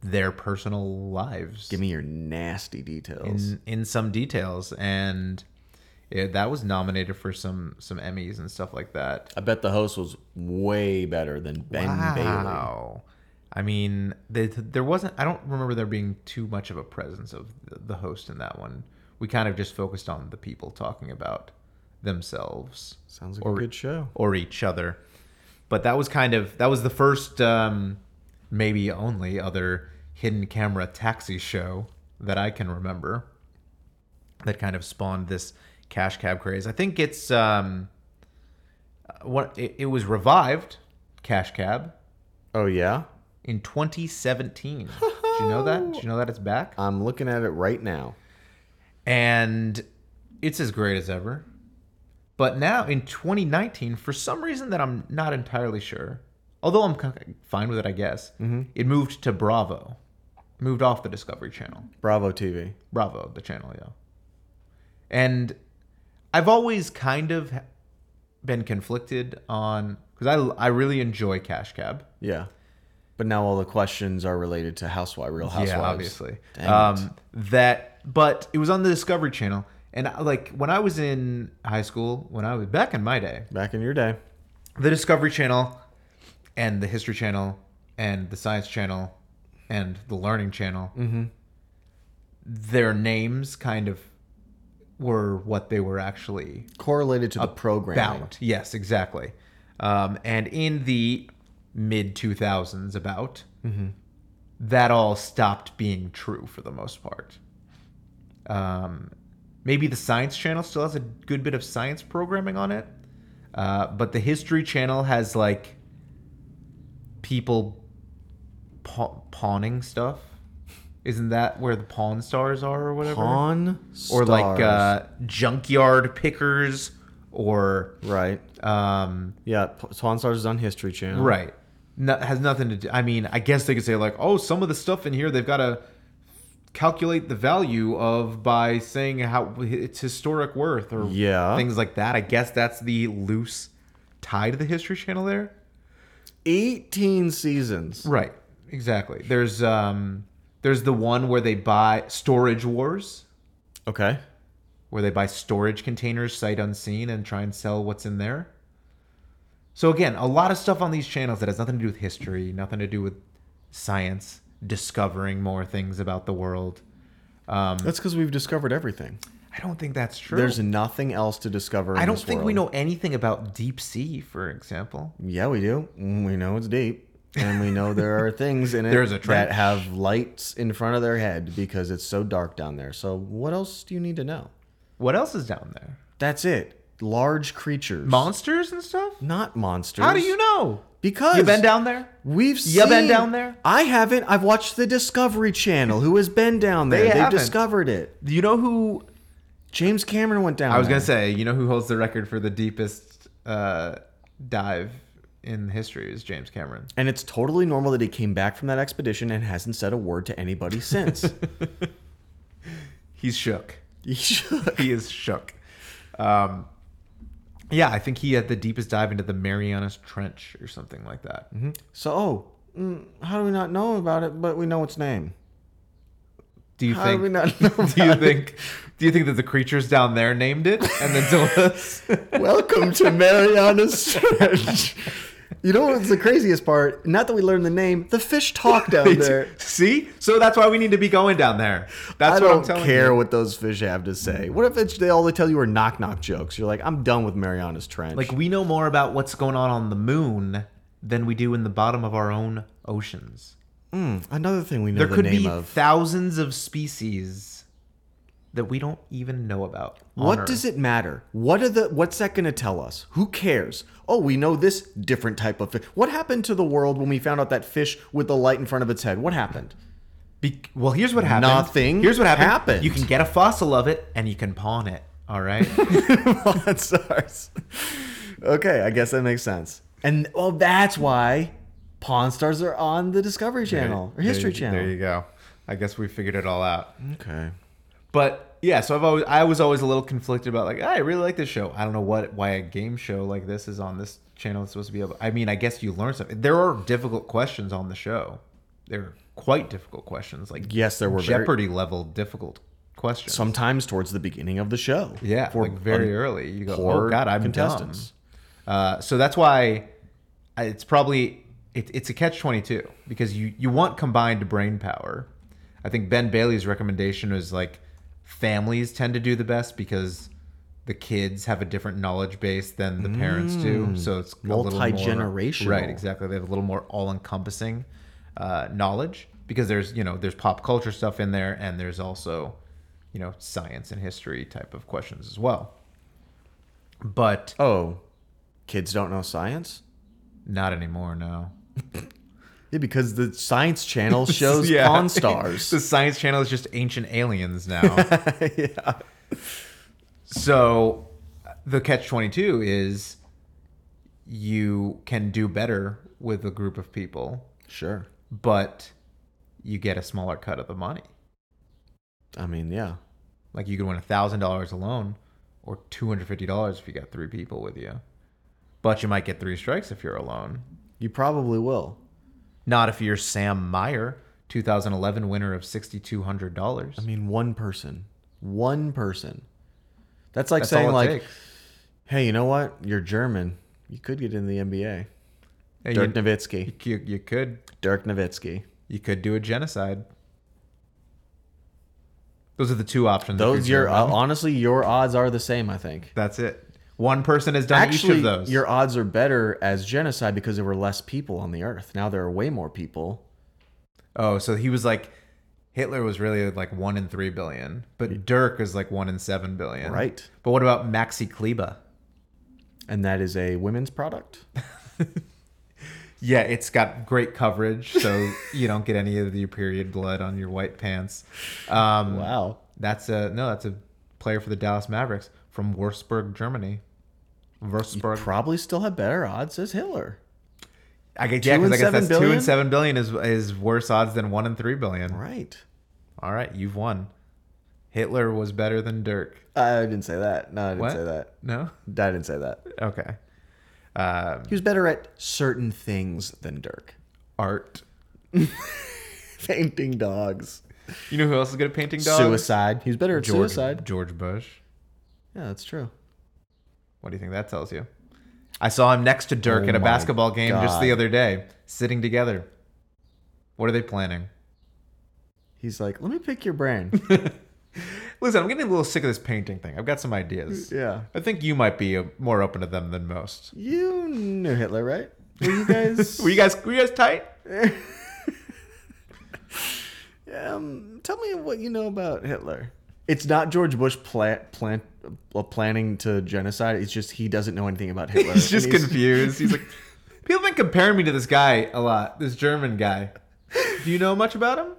Speaker 2: their personal lives
Speaker 3: Give me your nasty details.
Speaker 2: in, in some details. And Yeah, that was nominated for some some Emmys and stuff like that.
Speaker 3: I bet the host was way better than Ben Bailey.
Speaker 2: Wow. I mean, they, there wasn't. I don't remember there being too much of a presence of the, the host in that one. We kind of just focused on the people talking about themselves
Speaker 3: Sounds like
Speaker 2: Or-
Speaker 3: a good show.
Speaker 2: or each other. But that was kind of that was the first, um, maybe only other hidden camera taxi show that I can remember. That kind of spawned this cash cab craze. I think it's um, uh, what it, it was revived, cash cab
Speaker 3: Oh yeah,
Speaker 2: in 2017. Did you know that? Did you know that it's back?
Speaker 3: I'm looking at it right now.
Speaker 2: and it's as great as ever. But now in 2019, for some reason that I'm not entirely sure, although I'm ki- fine with it, I guess, it moved to Bravo, moved off the Discovery Channel.
Speaker 3: Bravo TV.
Speaker 2: Bravo, the channel, yeah. And I've always kind of been conflicted on because I, I really enjoy Cash Cab.
Speaker 3: Yeah, but now all the questions are related to Housewives, Real Housewives.
Speaker 2: Yeah, obviously.
Speaker 3: Dang it.
Speaker 2: um, that, but it was on the Discovery Channel, and I- like when I was in high school, when I was back in my day,
Speaker 3: Back in your day,
Speaker 2: the Discovery Channel, and the History Channel, and the Science Channel, and the Learning Channel,
Speaker 3: Mm-hmm.
Speaker 2: their names kind of were what they were actually
Speaker 3: correlated to the programming.
Speaker 2: about. Yes, exactly. Um, and in the mid 2000s, about
Speaker 3: Mm-hmm.
Speaker 2: that all stopped being true for the most part. Um, maybe the Science Channel still has a good bit of science programming on it, uh, but the History Channel has like people pa- pawning stuff. Isn't that where the pawn stars are or whatever?
Speaker 3: Pawn
Speaker 2: or like
Speaker 3: Stars.
Speaker 2: uh, junkyard pickers or
Speaker 3: right.
Speaker 2: um,
Speaker 3: Yeah, P- Pawn Stars is on History Channel.
Speaker 2: right. No, has nothing to do. I mean, I guess they could say like, oh, some of the stuff in here they've got to calculate the value of by saying how its historic worth or
Speaker 3: Yeah.
Speaker 2: things like that. I guess that's the loose tie to the History Channel there.
Speaker 3: 18 seasons.
Speaker 2: Right. Exactly. There's um, there's the one where they buy Storage Wars,
Speaker 3: Okay.
Speaker 2: where they buy storage containers sight unseen and try and sell what's in there. So again, a lot of stuff on these channels that has nothing to do with history, nothing to do with science, discovering more things about the world.
Speaker 3: That's because we've discovered everything.
Speaker 2: I don't think that's Um, true.
Speaker 3: There's nothing else to discover. In
Speaker 2: I don't
Speaker 3: this
Speaker 2: think we know
Speaker 3: world.
Speaker 2: anything about deep sea, for example.
Speaker 3: Yeah, we do. Mm, We know it's deep, and we know there
Speaker 2: [LAUGHS]
Speaker 3: are things in it
Speaker 2: There's a
Speaker 3: that
Speaker 2: trench.
Speaker 3: have lights in front of their head because it's so dark down there. So what else do you need to know?
Speaker 2: What else is down there?
Speaker 3: That's it. Large creatures,
Speaker 2: Monsters and stuff?
Speaker 3: not monsters.
Speaker 2: How do you know?
Speaker 3: Because
Speaker 2: You been down there?
Speaker 3: We've seen.
Speaker 2: You been down there?
Speaker 3: I haven't. I've watched the Discovery Channel. Who has been down there?
Speaker 2: They
Speaker 3: have
Speaker 2: haven't.
Speaker 3: discovered it.
Speaker 2: Do you know who
Speaker 3: James Cameron went down.
Speaker 2: I was
Speaker 3: there.
Speaker 2: gonna say, you know who holds the record for the deepest uh, dive in history is James Cameron.
Speaker 3: And it's totally normal that he came back from that expedition and hasn't said a word to anybody
Speaker 2: [LAUGHS]
Speaker 3: since.
Speaker 2: He's shook.
Speaker 3: He should.
Speaker 2: He is shook. Um, yeah, I think he had the deepest dive into the Marianas Trench or something like that. Mm-hmm.
Speaker 3: so, oh, mm, how do we not know about it? But we know its name.
Speaker 2: Do you
Speaker 3: How do
Speaker 2: think?
Speaker 3: we not know?
Speaker 2: [LAUGHS] do you think? Do you think that the creatures down there named it and then told
Speaker 3: [LAUGHS]
Speaker 2: us? [LAUGHS]
Speaker 3: Welcome to Mariana's Stretch. [LAUGHS] You know what's the craziest part? Not that we learned the name. The fish
Speaker 2: [LAUGHS]
Speaker 3: talk down there.
Speaker 2: See, so that's why we need to be going down there. That's
Speaker 3: I
Speaker 2: what
Speaker 3: don't
Speaker 2: I'm telling
Speaker 3: care
Speaker 2: you.
Speaker 3: what those fish have to say. What if it's they all they tell you are knock knock jokes? You're like, I'm done with Mariana's Trench.
Speaker 2: Like we know more about what's going on on the moon than we do in the bottom of our own oceans.
Speaker 3: Hmm, another thing we know
Speaker 2: There
Speaker 3: the
Speaker 2: could
Speaker 3: name
Speaker 2: be
Speaker 3: of.
Speaker 2: thousands of species that we don't even know about. on
Speaker 3: What
Speaker 2: Earth.
Speaker 3: does it matter? What are the what's that going to tell us? Who cares? Oh, we know this different type of fish. What happened to the world when we found out that fish with the light in front of its head? What
Speaker 2: [LAUGHS]
Speaker 3: happened?
Speaker 2: Be- well, here's what happened.
Speaker 3: Nothing
Speaker 2: Here's what happened.
Speaker 3: happened.
Speaker 2: You can get a fossil of it and you can pawn it.
Speaker 3: [LAUGHS]
Speaker 2: All right.
Speaker 3: That's ours. Okay, I guess that makes sense. And well, that's why Pawn Stars are on the Discovery Channel or History Channel.
Speaker 2: There you go. I guess we figured it all out.
Speaker 3: Okay.
Speaker 2: But yeah, so I've always I was always a little conflicted about like "Ah, I really like this show. I don't know what why a game show like this is on this channel. It's supposed to be. Able, I mean, I guess you learn something. There are difficult questions on the show. They're quite difficult questions. Like
Speaker 3: Yes, there were very-
Speaker 2: Jeopardy level difficult questions.
Speaker 3: sometimes towards the beginning of the show.
Speaker 2: yeah,
Speaker 3: for
Speaker 2: like very
Speaker 3: un-
Speaker 2: early. You go,
Speaker 3: poor
Speaker 2: oh god, I'm
Speaker 3: contestants.
Speaker 2: dumb." Uh, so that's why I- it's probably it, it's a catch twenty two because you you want combined brain power. I think Ben Bailey's recommendation was like families tend to do the best because the kids have a different knowledge base than the parents do, so it's a little more-
Speaker 3: Multi-generational.
Speaker 2: right? Exactly, they have a little more all encompassing uh, knowledge because there's you know there's pop culture stuff in there and there's also you know science and history type of questions as well. But
Speaker 3: Oh, kids don't know science?
Speaker 2: not anymore, no.
Speaker 3: Yeah, because the Science
Speaker 2: [LAUGHS]
Speaker 3: Channel shows
Speaker 2: Yeah.
Speaker 3: Pawn Stars.
Speaker 2: [LAUGHS] the Science Channel is just ancient aliens now. yeah. So the catch 22 is you can do better with a group of people,
Speaker 3: sure.
Speaker 2: but you get a smaller cut of the money.
Speaker 3: I mean, yeah.
Speaker 2: Like you could win $1,000 alone or $250 if you got three people with you. But you might get three strikes if you're alone.
Speaker 3: You probably will.
Speaker 2: Not if you're Sam Meyer, 2011 winner of $6,200.
Speaker 3: I mean, one person. One person. That's like
Speaker 2: That's all
Speaker 3: saying
Speaker 2: it
Speaker 3: like,
Speaker 2: takes.
Speaker 3: hey, you know what? You're German. You could get in the NBA.
Speaker 2: Hey,
Speaker 3: Dirk
Speaker 2: you-
Speaker 3: Nowitzki.
Speaker 2: You, you could
Speaker 3: Dirk Nowitzki.
Speaker 2: you could do a genocide. Those are the two options. if you're
Speaker 3: Those your
Speaker 2: German.
Speaker 3: uh, honestly, your odds are the same. I think.
Speaker 2: That's it. One person has done
Speaker 3: Actually,
Speaker 2: each of those.
Speaker 3: your odds are better as genocide because there were less people on the earth. Now there are way more people.
Speaker 2: oh, so he was like Hitler was really like one in three billion, but Dirk is like one in seven billion.
Speaker 3: Right.
Speaker 2: But what about Maxi Kleba?
Speaker 3: And that is a women's
Speaker 2: [LAUGHS]
Speaker 3: product.
Speaker 2: Yeah, it's got great coverage, [LAUGHS] so you don't get any of your period blood on your white pants. Um,
Speaker 3: Wow.
Speaker 2: That's a no. That's a player for the Dallas Mavericks from Würzburg, Germany. Würzburg.
Speaker 3: Probably still have better odds as Hitler.
Speaker 2: I guess, yeah, 'cause
Speaker 3: and
Speaker 2: I guess
Speaker 3: seven
Speaker 2: that's two
Speaker 3: billion?
Speaker 2: and seven billion is is worse odds than one and three billion.
Speaker 3: Right.
Speaker 2: All right, you've won. Hitler was better than Dirk.
Speaker 3: I didn't say that. No, I didn't
Speaker 2: What?
Speaker 3: say that.
Speaker 2: No. [LAUGHS]
Speaker 3: I didn't say that.
Speaker 2: Okay. Um,
Speaker 3: He was better at certain things than Dirk.
Speaker 2: art.
Speaker 3: Fainting dogs.
Speaker 2: You know who else is good at painting dogs?
Speaker 3: Suicide. He was better at
Speaker 2: George,
Speaker 3: suicide.
Speaker 2: George Bush.
Speaker 3: Yeah, that's true.
Speaker 2: What do you think that tells you? I saw him next to Dirk
Speaker 3: Oh
Speaker 2: at a
Speaker 3: my
Speaker 2: basketball game just the
Speaker 3: God.
Speaker 2: other day, sitting together. What are they planning?
Speaker 3: He's like, let me pick your
Speaker 2: [LAUGHS]
Speaker 3: brain.
Speaker 2: Listen, I'm getting a little sick of this painting thing. I've got some ideas.
Speaker 3: yeah.
Speaker 2: I think you might be uh, more open to them than most.
Speaker 3: You knew Hitler, right? Were you
Speaker 2: [LAUGHS]
Speaker 3: guys?
Speaker 2: Were you guys were you guys tight?
Speaker 3: Uh, um, tell me what you know about Hitler. It's not George Bush pla- plant uh, planning to genocide. It's just he doesn't know anything about Hitler.
Speaker 2: [LAUGHS] he's just
Speaker 3: And he's- [LAUGHS]
Speaker 2: confused. He's like, people have been comparing me to this guy a lot, this German guy. Do you know much about him?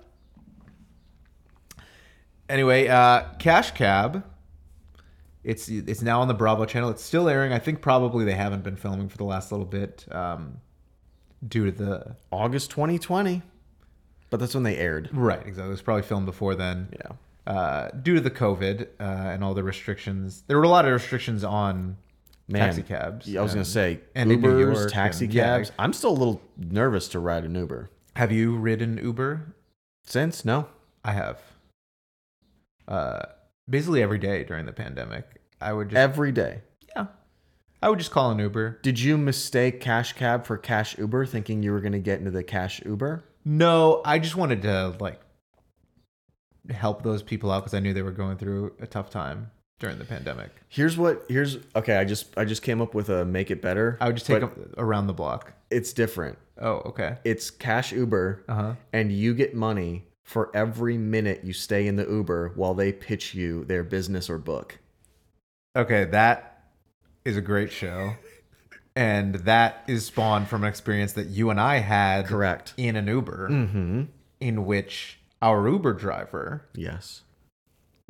Speaker 2: Anyway, uh, Cash Cab. It's it's now on the Bravo channel. It's still airing. I think probably they haven't been filming for the last little bit um, due to the
Speaker 3: August 2020, but that's when they aired.
Speaker 2: right. Exactly, it was probably filmed before then.
Speaker 3: Yeah.
Speaker 2: Uh, due to the COVID uh, and all the restrictions, there were a lot of restrictions on
Speaker 3: Man,
Speaker 2: taxi cabs.
Speaker 3: yeah, I was gonna
Speaker 2: and-
Speaker 3: say
Speaker 2: and in New
Speaker 3: Ubers,
Speaker 2: York
Speaker 3: taxi
Speaker 2: and- yeah.
Speaker 3: cabs. I'm still a little nervous to ride an Uber.
Speaker 2: Have you ridden Uber
Speaker 3: Since no,
Speaker 2: I have. Uh, basically every day during the pandemic, I would just
Speaker 3: every day.
Speaker 2: yeah, I would just call an Uber.
Speaker 3: Did you mistake cash cab for cash Uber, thinking you were gonna get into the cash Uber?
Speaker 2: No, I just wanted to like help those people out because I knew they were going through a tough time during the pandemic.
Speaker 3: Here's what. Here's okay. I just I just came up with a make it better.
Speaker 2: I would just take
Speaker 3: but
Speaker 2: them around the block.
Speaker 3: It's different.
Speaker 2: Oh, okay.
Speaker 3: It's cash Uber,
Speaker 2: Uh huh.
Speaker 3: and you get money for every minute you stay in the Uber while they pitch you their business or book.
Speaker 2: Okay, that is a
Speaker 3: [LAUGHS]
Speaker 2: great show, and that is spawned from an experience that you and I had
Speaker 3: Correct.
Speaker 2: in an Uber,
Speaker 3: Mm-hmm.
Speaker 2: in which our Uber driver
Speaker 3: Yes.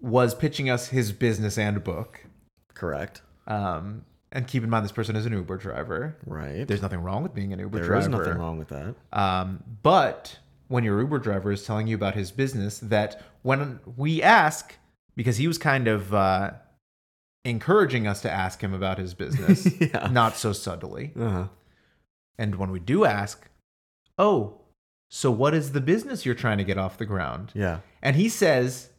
Speaker 2: was pitching us his business and book.
Speaker 3: Correct.
Speaker 2: Um, and keep in mind, this person is an Uber driver.
Speaker 3: Right.
Speaker 2: There's nothing wrong with being an Uber
Speaker 3: There
Speaker 2: driver.
Speaker 3: is nothing wrong with that.
Speaker 2: Um, but when your Uber driver is telling you about his business, that when we ask, because he was kind of uh, encouraging us to ask him about his business,
Speaker 3: Yeah.
Speaker 2: not so subtly.
Speaker 3: Uh-huh.
Speaker 2: And when we do ask, oh, so what is the business you're trying to get off the ground?
Speaker 3: Yeah.
Speaker 2: And he says,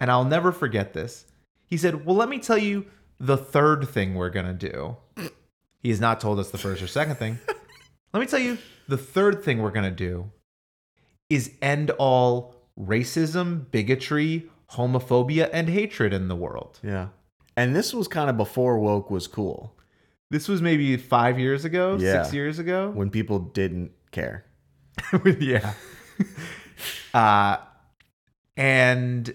Speaker 2: and I'll never forget this. He said, Well, let me tell you the third thing we're going to do. He has not told us the first or second thing. let me tell you the third thing we're going to do is end all racism, bigotry, homophobia, and hatred in the world.
Speaker 3: Yeah. And this was kind of before woke was cool,
Speaker 2: This was maybe five years ago,
Speaker 3: Yeah.
Speaker 2: six years ago.
Speaker 3: when people didn't care.
Speaker 2: [LAUGHS] yeah. uh, and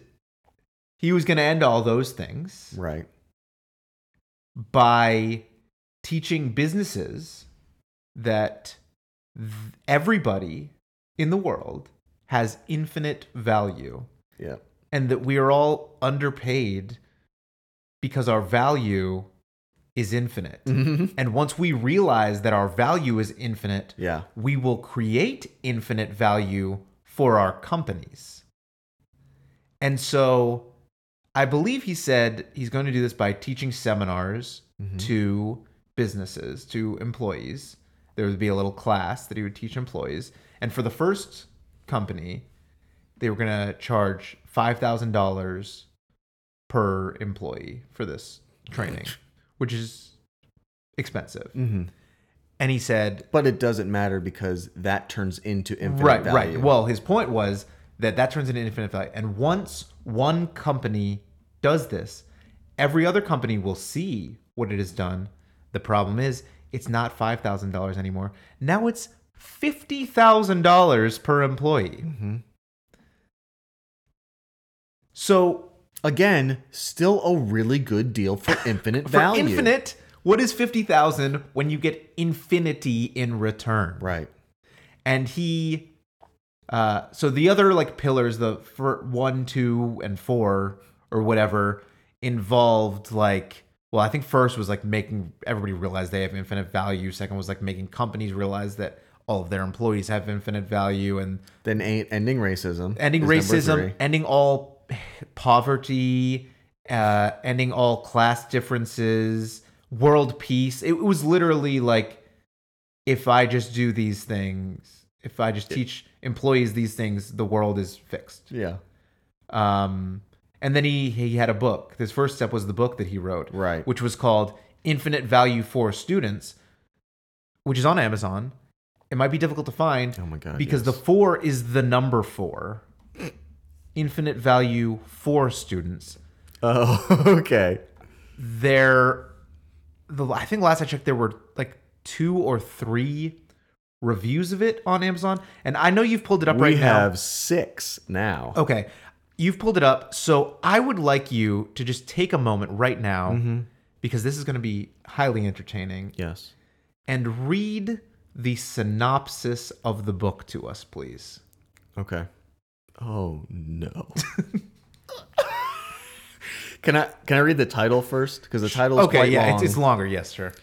Speaker 2: he was going to end all those things.
Speaker 3: Right.
Speaker 2: by teaching businesses that th- everybody in the world has infinite value
Speaker 3: Yeah.
Speaker 2: and that we are all underpaid because our value is infinite.
Speaker 3: Mhm.
Speaker 2: And once we realize that our value is infinite,
Speaker 3: Yeah.
Speaker 2: we will create infinite value for our companies. And so I believe he said he's going to do this by teaching seminars to businesses, to employees. There would be a little class that he would teach employees. And for the first company, they were going to charge $5,000 per employee for this training, which is expensive. And he said,
Speaker 3: But it doesn't matter because that turns into infinite
Speaker 2: right
Speaker 3: value.
Speaker 2: right well his point was that that turns into infinite value and once one company does this every other company will see what it has done the problem is it's not $5000 anymore now it's $50000 per employee
Speaker 3: Mm-hmm.
Speaker 2: so
Speaker 3: Again, still a really good deal for infinite
Speaker 2: [LAUGHS] for
Speaker 3: value.
Speaker 2: infinite what is 50000 when you get infinity in return
Speaker 3: Right.
Speaker 2: and he uh so the other like pillars the fir- one two and four or whatever involved like well i think first was like making everybody realize they have infinite value second was like making companies realize that all of their employees have infinite value and
Speaker 3: Then a- ending racism.
Speaker 2: ending
Speaker 3: is number
Speaker 2: racism
Speaker 3: three.
Speaker 2: ending all poverty uh ending all class differences world peace it was literally like if i just do these things if i just teach employees these things the world is fixed
Speaker 3: Yeah.
Speaker 2: um and then he he had a book his first step was the book that he wrote
Speaker 3: Right.
Speaker 2: which was called infinite value for students which is on amazon it might be difficult to find
Speaker 3: Oh my god.
Speaker 2: because
Speaker 3: yes.
Speaker 2: the four is the number four. Infinite value for students.
Speaker 3: Oh, [LAUGHS] okay.
Speaker 2: There, the I think last I checked, there were like two or three reviews of it on Amazon, and I know you've pulled it up
Speaker 3: We
Speaker 2: right Oh.
Speaker 3: have six now.
Speaker 2: now. Okay, you've pulled it up, so I would like you to just take a moment right now
Speaker 3: Mm-hmm.
Speaker 2: because this is going to be highly entertaining,
Speaker 3: Yes.
Speaker 2: and read the synopsis of the book to us, please.
Speaker 3: Okay. Oh
Speaker 2: [LAUGHS]
Speaker 3: no. can I can I read the title first? Because the title is
Speaker 2: Okay,
Speaker 3: quite
Speaker 2: yeah,
Speaker 3: long.
Speaker 2: It's, it's longer. Yes, sure.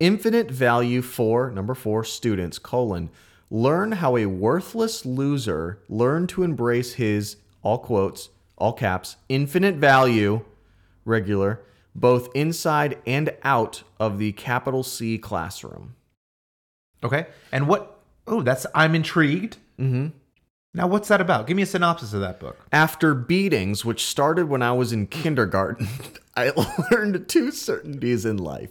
Speaker 3: Infinite value for number four students colon learn how a worthless loser learned to embrace his all quotes all caps infinite value regular both inside and out of the capital C classroom.
Speaker 2: Okay. And what? Oh, that's I'm intrigued. Mm-hmm. Now, what's that about? Give me a synopsis of that book.
Speaker 3: After beatings, which started when I was in kindergarten, [LAUGHS] I learned two certainties in life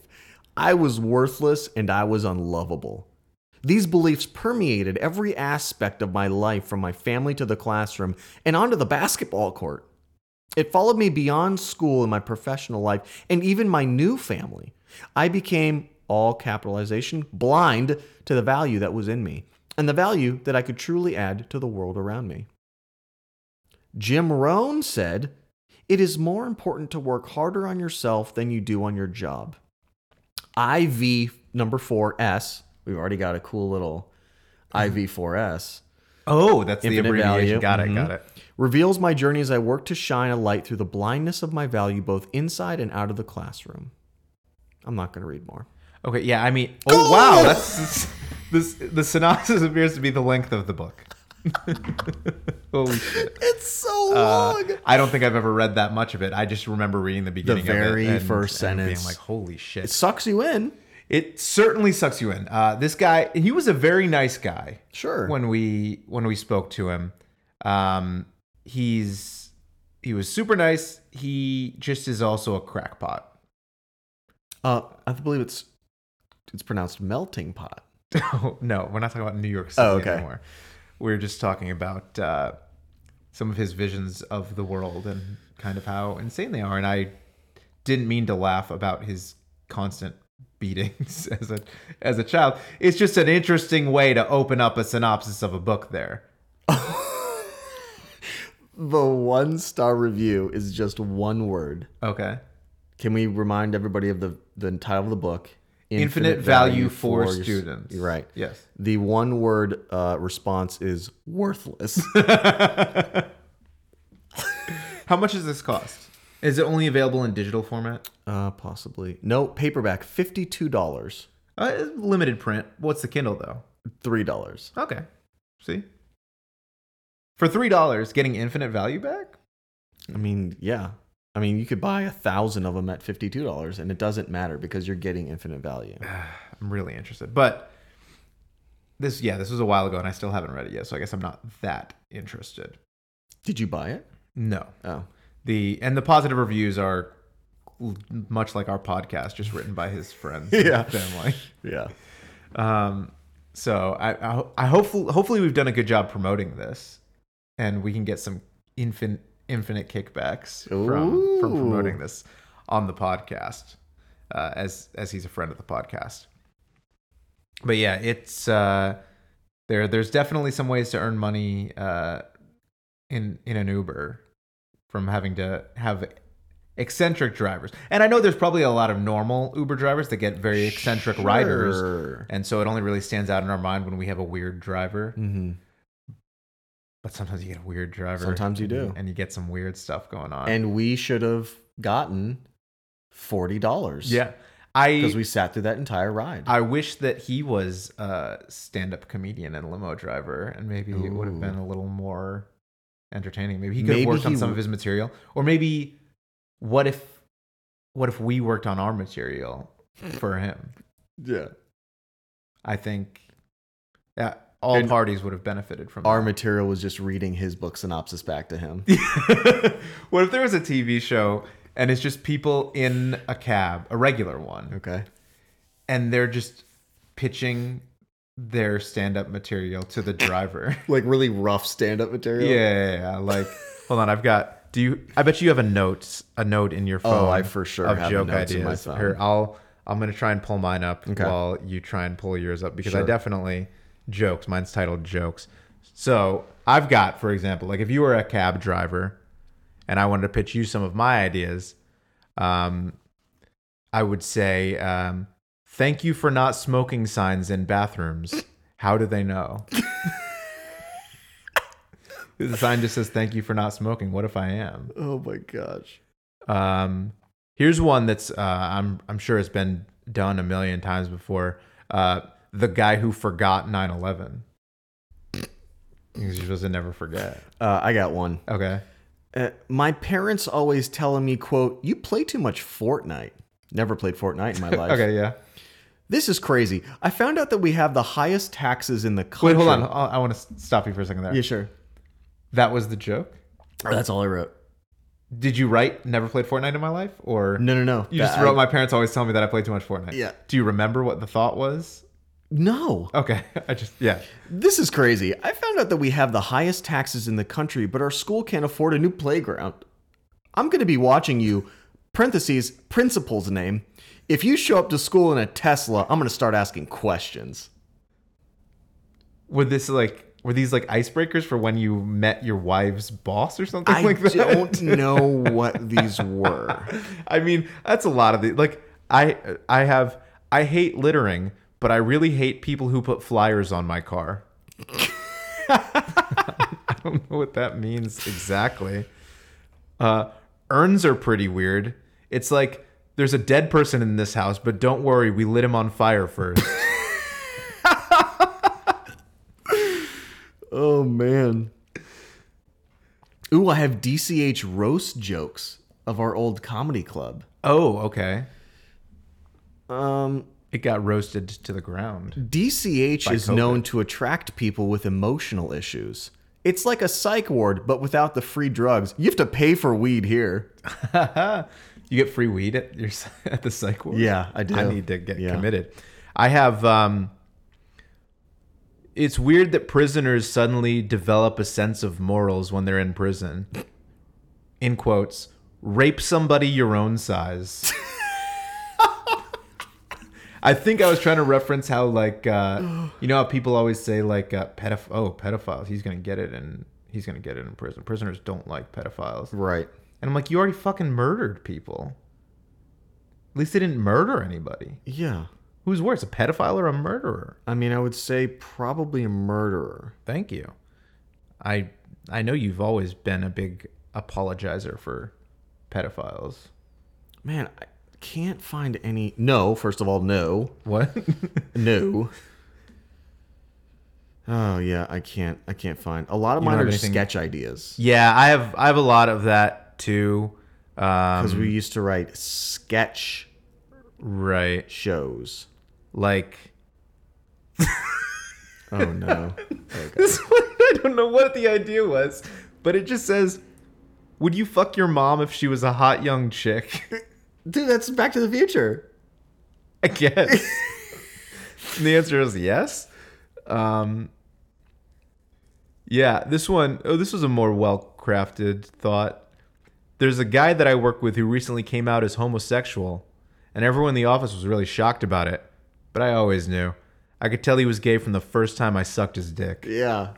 Speaker 3: I was worthless and I was unlovable. These beliefs permeated every aspect of my life from my family to the classroom and onto the basketball court. It followed me beyond school in my professional life and even my new family. I became, all capitalization, blind to the value that was in me and the value that I could truly add to the world around me. Jim Rohn said, It is more important to work harder on yourself than you do on your job. IV number 4S, we've already got a cool little IV4S,
Speaker 2: Oh, that's
Speaker 3: Infinite
Speaker 2: the
Speaker 3: value.
Speaker 2: abbreviation. Got
Speaker 3: Mhm.
Speaker 2: it. Got it.
Speaker 3: reveals my journey as I work to shine a light through the blindness of my value both inside and out of the classroom. I'm not going to read more.
Speaker 2: Okay. Yeah. I mean. Oh wow. That's this. The synopsis appears to be the length of the book. [LAUGHS] Holy shit.
Speaker 3: It's so
Speaker 2: Uh, I don't think I've ever read that much of it. I just remember reading the beginning
Speaker 3: very
Speaker 2: of it and-
Speaker 3: first
Speaker 2: and
Speaker 3: sentence.
Speaker 2: being like, "Holy shit!"
Speaker 3: it sucks you in.
Speaker 2: it certainly sucks you in. Uh, this guy, he was a very nice guy.
Speaker 3: Sure.
Speaker 2: When we when we spoke to him, um, he's He was super nice. He just is also a crackpot. [LAUGHS]
Speaker 3: Uh, I believe it's it's pronounced melting pot.
Speaker 2: Oh, no, we're not talking about New York City
Speaker 3: Oh, okay.
Speaker 2: anymore. We're just talking about uh, some of his visions of the world and kind of how insane they are. And I didn't mean to laugh about his constant beatings [LAUGHS] as a as a child. It's just an interesting way to open up a synopsis of a book. There,
Speaker 3: [LAUGHS] The one star review is just one word.
Speaker 2: okay.
Speaker 3: Can we remind everybody of the the title of the book?
Speaker 2: Infinite, value, for,
Speaker 3: your-
Speaker 2: students.
Speaker 3: You're right.
Speaker 2: Yes.
Speaker 3: The one word uh, response is
Speaker 2: [LAUGHS]
Speaker 3: worthless.
Speaker 2: How much does this cost? Is it only available in digital format?
Speaker 3: uh, possibly no paperback. Fifty two dollars.
Speaker 2: Uh, limited print. What's the Kindle though?
Speaker 3: Three dollars.
Speaker 2: Okay. See? For three dollars, getting infinite value back?
Speaker 3: I mean, yeah. I mean, you could buy a thousand of them at fifty-two dollars, and it doesn't matter because you're getting infinite
Speaker 2: [SIGHS]
Speaker 3: value.
Speaker 2: I'm really interested. But this yeah, this was a while ago and I still haven't read it yet, so I guess I'm not that interested.
Speaker 3: Did you buy it?
Speaker 2: No.
Speaker 3: Oh,
Speaker 2: The and the positive reviews are l- much like our podcast, just written by his friends [LAUGHS]
Speaker 3: Yeah.
Speaker 2: and family.
Speaker 3: yeah.
Speaker 2: Um so I, I I hopefully hopefully we've done a good job promoting this and we can get some infin infinite kickbacks from from
Speaker 3: Ooh.
Speaker 2: promoting this on the podcast uh, as as he's a friend of the podcast. But yeah, it's uh there there's definitely some ways to earn money uh in in an Uber from having to have eccentric drivers. And I know there's probably a lot of normal Uber drivers that get very eccentric riders
Speaker 3: Sure.
Speaker 2: and so it only really stands out in our mind when we have a weird driver.
Speaker 3: Mhm.
Speaker 2: But sometimes you get a weird driver.
Speaker 3: Sometimes you do.
Speaker 2: And you get some weird stuff going on.
Speaker 3: And we should have gotten forty dollars.
Speaker 2: yeah. I
Speaker 3: because we sat through that entire ride.
Speaker 2: I wish that he was a stand-up comedian and limo driver and maybe it would have been a little more entertaining. Maybe he could have
Speaker 3: Maybe
Speaker 2: worked on
Speaker 3: he
Speaker 2: some
Speaker 3: w-
Speaker 2: of his material or maybe what if what if we worked on our material for him?
Speaker 3: yeah.
Speaker 2: I think uh, all
Speaker 3: And-
Speaker 2: parties would have benefited from
Speaker 3: Our
Speaker 2: that.
Speaker 3: material was just reading his book synopsis back to him.
Speaker 2: [LAUGHS] what if there was a TV show and it's just people in a cab, a regular one,
Speaker 3: Okay.
Speaker 2: and they're just pitching their stand-up material to the driver?
Speaker 3: Like really rough stand-up
Speaker 2: yeah,
Speaker 3: material.
Speaker 2: yeah, yeah, like hold on, I've got. Do you? I bet you have a note, a note in your phone.
Speaker 3: Oh, I for sure
Speaker 2: of
Speaker 3: have
Speaker 2: joke
Speaker 3: notes in my
Speaker 2: ideas.
Speaker 3: phone.
Speaker 2: Here, I'll. I'm gonna try and pull mine up
Speaker 3: Okay.
Speaker 2: while you try and pull yours up because I
Speaker 3: Sure.
Speaker 2: definitely jokes. Mine's titled jokes. So I've got, for example, like if you were a cab driver, and I wanted to pitch you some of my ideas, um, I would say, um, "Thank you for not smoking signs in bathrooms. How do they know?" [LAUGHS] the sign just says, "Thank you for not smoking." What if I am?
Speaker 3: Oh my gosh.
Speaker 2: Um, here's one that's uh, I'm I'm sure it's been done a million times before. Uh, the guy who forgot 9/11. He's supposed to never forget.
Speaker 3: Uh, I got one.
Speaker 2: Okay.
Speaker 3: Uh, my parents always telling me, "quote You play too much Fortnite." Never played Fortnite in
Speaker 2: [LAUGHS]
Speaker 3: my life.
Speaker 2: Okay. Yeah.
Speaker 3: This is crazy. I found out that we have the highest taxes in the country.
Speaker 2: Wait, hold on. I'll- I want to stop you for a second there.
Speaker 3: Yeah, sure.
Speaker 2: That was the joke.
Speaker 3: That's all I wrote.
Speaker 2: Did you write "Never played Fortnite in my life" or
Speaker 3: No, no, no.
Speaker 2: You just
Speaker 3: That-
Speaker 2: wrote. My parents always tell me that I play too much Fortnite.
Speaker 3: Yeah.
Speaker 2: Do you remember what the thought was?
Speaker 3: No.
Speaker 2: Okay. [LAUGHS] I just yeah.
Speaker 3: This is crazy. I found out that we have the highest taxes in the country, but our school can't afford a new playground. I'm going to be watching you, parentheses, principal's name. If you show up to school in a Tesla, I'm going to start asking questions.
Speaker 2: Were this like were these like icebreakers for when you met your wife's boss or something
Speaker 3: I
Speaker 2: like that?
Speaker 3: don't know what these were.
Speaker 2: [LAUGHS] I mean, that's a lot of the like. I I have I hate littering, but I really hate people who put flyers on my car. [LAUGHS] I don't know what that means exactly. Uh, urns are pretty weird. It's like there's a dead person in this house, but don't worry, we lit him on fire
Speaker 3: [LAUGHS]
Speaker 2: first.
Speaker 3: Oh, man. Ooh, I have DCH roast jokes of our old comedy club.
Speaker 2: oh, okay.
Speaker 3: Um,
Speaker 2: It got roasted to the ground.
Speaker 3: DCH is
Speaker 2: COVID.
Speaker 3: known to attract people with emotional issues. It's like a psych ward, but without the free drugs. You have to pay for weed here.
Speaker 2: [LAUGHS] you get free weed at your [LAUGHS] at the psych ward.
Speaker 3: [LAUGHS] Yeah, I do.
Speaker 2: I need to get
Speaker 3: Yeah.
Speaker 2: committed. I have. um It's weird that prisoners suddenly develop a sense of morals when they're in prison. In quotes, rape somebody your own size. [LAUGHS] I think I was trying to reference how like uh, you know how people always say like uh, pedoph- oh pedophiles he's gonna get it and he's gonna get it in prison prisoners don't like pedophiles
Speaker 3: Right.
Speaker 2: and I'm like, you already fucking murdered people. At least they didn't murder anybody.
Speaker 3: Yeah.
Speaker 2: Who's worse, a pedophile or a murderer?
Speaker 3: I mean, I would say probably a murderer.
Speaker 2: Thank you. I I know you've always been a big apologizer for pedophiles.
Speaker 3: Man, I can't find any. No, first of all, no.
Speaker 2: What?
Speaker 3: [LAUGHS] No. Oh yeah, I can't. I can't find a lot of
Speaker 2: don't
Speaker 3: mine
Speaker 2: have
Speaker 3: are just
Speaker 2: anything-
Speaker 3: sketch ideas
Speaker 2: [LAUGHS] yeah, I have I have a lot of that too. Um,
Speaker 3: because we used to write sketch
Speaker 2: right.
Speaker 3: shows.
Speaker 2: Like
Speaker 3: Oh no.
Speaker 2: [LAUGHS] this one, I don't know what the idea was, but it just says, "Would you fuck your mom if she was a hot young chick?" [LAUGHS]
Speaker 3: Dude, that's Back to the Future.
Speaker 2: I guess. and the answer is yes. Um, yeah, this one, oh, this was a more well crafted thought. There's a guy that I work with who recently came out as homosexual, and everyone in the office was really shocked about it. But I always knew. I could tell he was gay from the first time I sucked his dick.
Speaker 3: Yeah.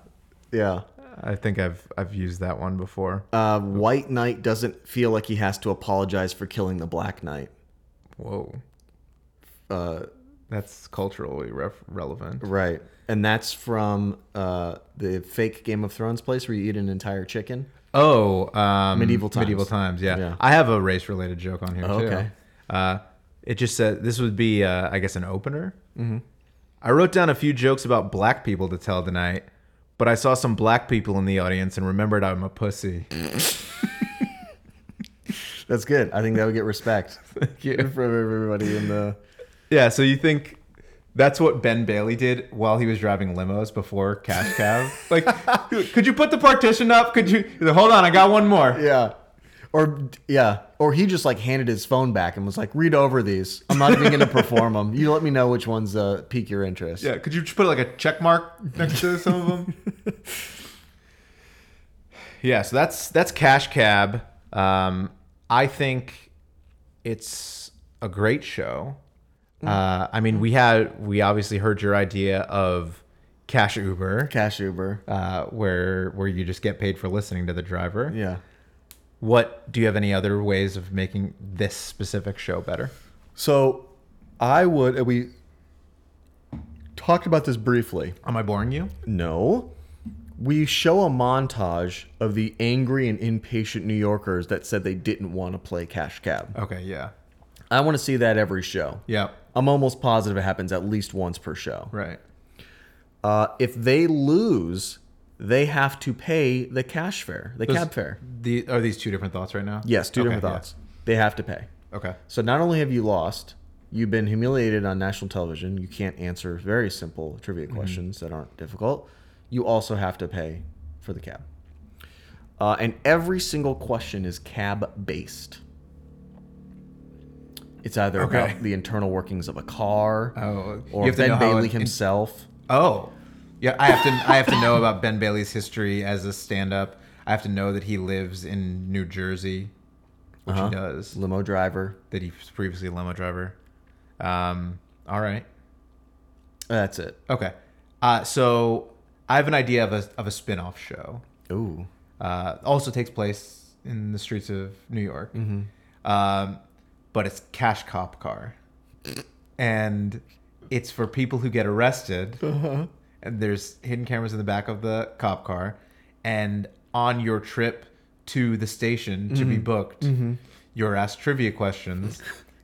Speaker 3: Yeah.
Speaker 2: I think I've I've used that one before.
Speaker 3: Uh, White Knight doesn't feel like he has to apologize for killing the Black Knight.
Speaker 2: Whoa,
Speaker 3: Uh,
Speaker 2: that's culturally ref- relevant.
Speaker 3: right. And that's from uh, the fake Game of Thrones place where you eat an entire chicken.
Speaker 2: Oh, um,
Speaker 3: Medieval times.
Speaker 2: Medieval times. Yeah.
Speaker 3: Yeah.
Speaker 2: I have a race related joke on here
Speaker 3: Oh,
Speaker 2: too.
Speaker 3: okay.
Speaker 2: Uh, it just said this would be, uh, I guess, an opener. Mm-hmm. I wrote down a few jokes about black people to tell tonight, but I saw some black people in the audience and remembered I'm a pussy.
Speaker 3: That's good. I think that would get [LAUGHS] respect
Speaker 2: yeah.
Speaker 3: from everybody in the.
Speaker 2: So you think that's what Ben Bailey did while he was driving limos before Cash Cab? like, [LAUGHS] could you put the partition up? Could you? he's like, Hold on, I got one more.
Speaker 3: Yeah. Or yeah, or he just like handed his phone back and was like, "Read over these. I'm not even going to perform them. You let me know which ones uh, pique your interest."
Speaker 2: Yeah, could you just put like a check mark next to some of them? [LAUGHS] yeah, so that's that's Cash Cab. Um, I think it's a great show. Uh, I mean, we had we obviously heard your idea of Cash Uber,
Speaker 3: Cash Uber.
Speaker 2: uh, where where you just get paid for listening to the driver.
Speaker 3: Yeah.
Speaker 2: What do you have any other ways of making this specific show better?
Speaker 3: So I would, and we talked about this briefly.
Speaker 2: Am I boring you?
Speaker 3: No. We show a montage of the angry and impatient New Yorkers that said they didn't want to play Cash Cab.
Speaker 2: Okay, yeah,
Speaker 3: I want to see that every show.
Speaker 2: yeah,
Speaker 3: I'm almost positive it happens at least once per show.
Speaker 2: right.
Speaker 3: Uh, if they lose, they have to pay the cash fare, the cab fare.
Speaker 2: The, are these two different thoughts right now?
Speaker 3: Yes, two
Speaker 2: Okay,
Speaker 3: different
Speaker 2: yeah.
Speaker 3: thoughts. They have to pay.
Speaker 2: Okay.
Speaker 3: So not only have you lost, you've been humiliated on national television. You can't answer very simple trivia
Speaker 2: Mm-hmm.
Speaker 3: questions that aren't difficult. You also have to pay for the cab. Uh, and every single question is cab based. It's either
Speaker 2: Okay.
Speaker 3: about the internal workings of a car,
Speaker 2: Oh,
Speaker 3: or
Speaker 2: you have to know
Speaker 3: Ben
Speaker 2: how
Speaker 3: Bailey
Speaker 2: an-
Speaker 3: himself.
Speaker 2: Oh, yeah. I have to. I have to
Speaker 3: [LAUGHS]
Speaker 2: know about Ben Bailey's history as a stand-up. I have to know that he lives in New Jersey, which
Speaker 3: Uh-huh.
Speaker 2: he does.
Speaker 3: limo driver.
Speaker 2: That he was previously a limo driver. Um. All right.
Speaker 3: That's it.
Speaker 2: Okay. Uh. So I have an idea of a of a spin-off show.
Speaker 3: Ooh,
Speaker 2: Uh. Also takes place in the streets of New York. Um. But it's cash cop car, and it's for people who get arrested. and there's hidden cameras in the back of the cop car and on your trip to the station to be booked you're asked trivia questions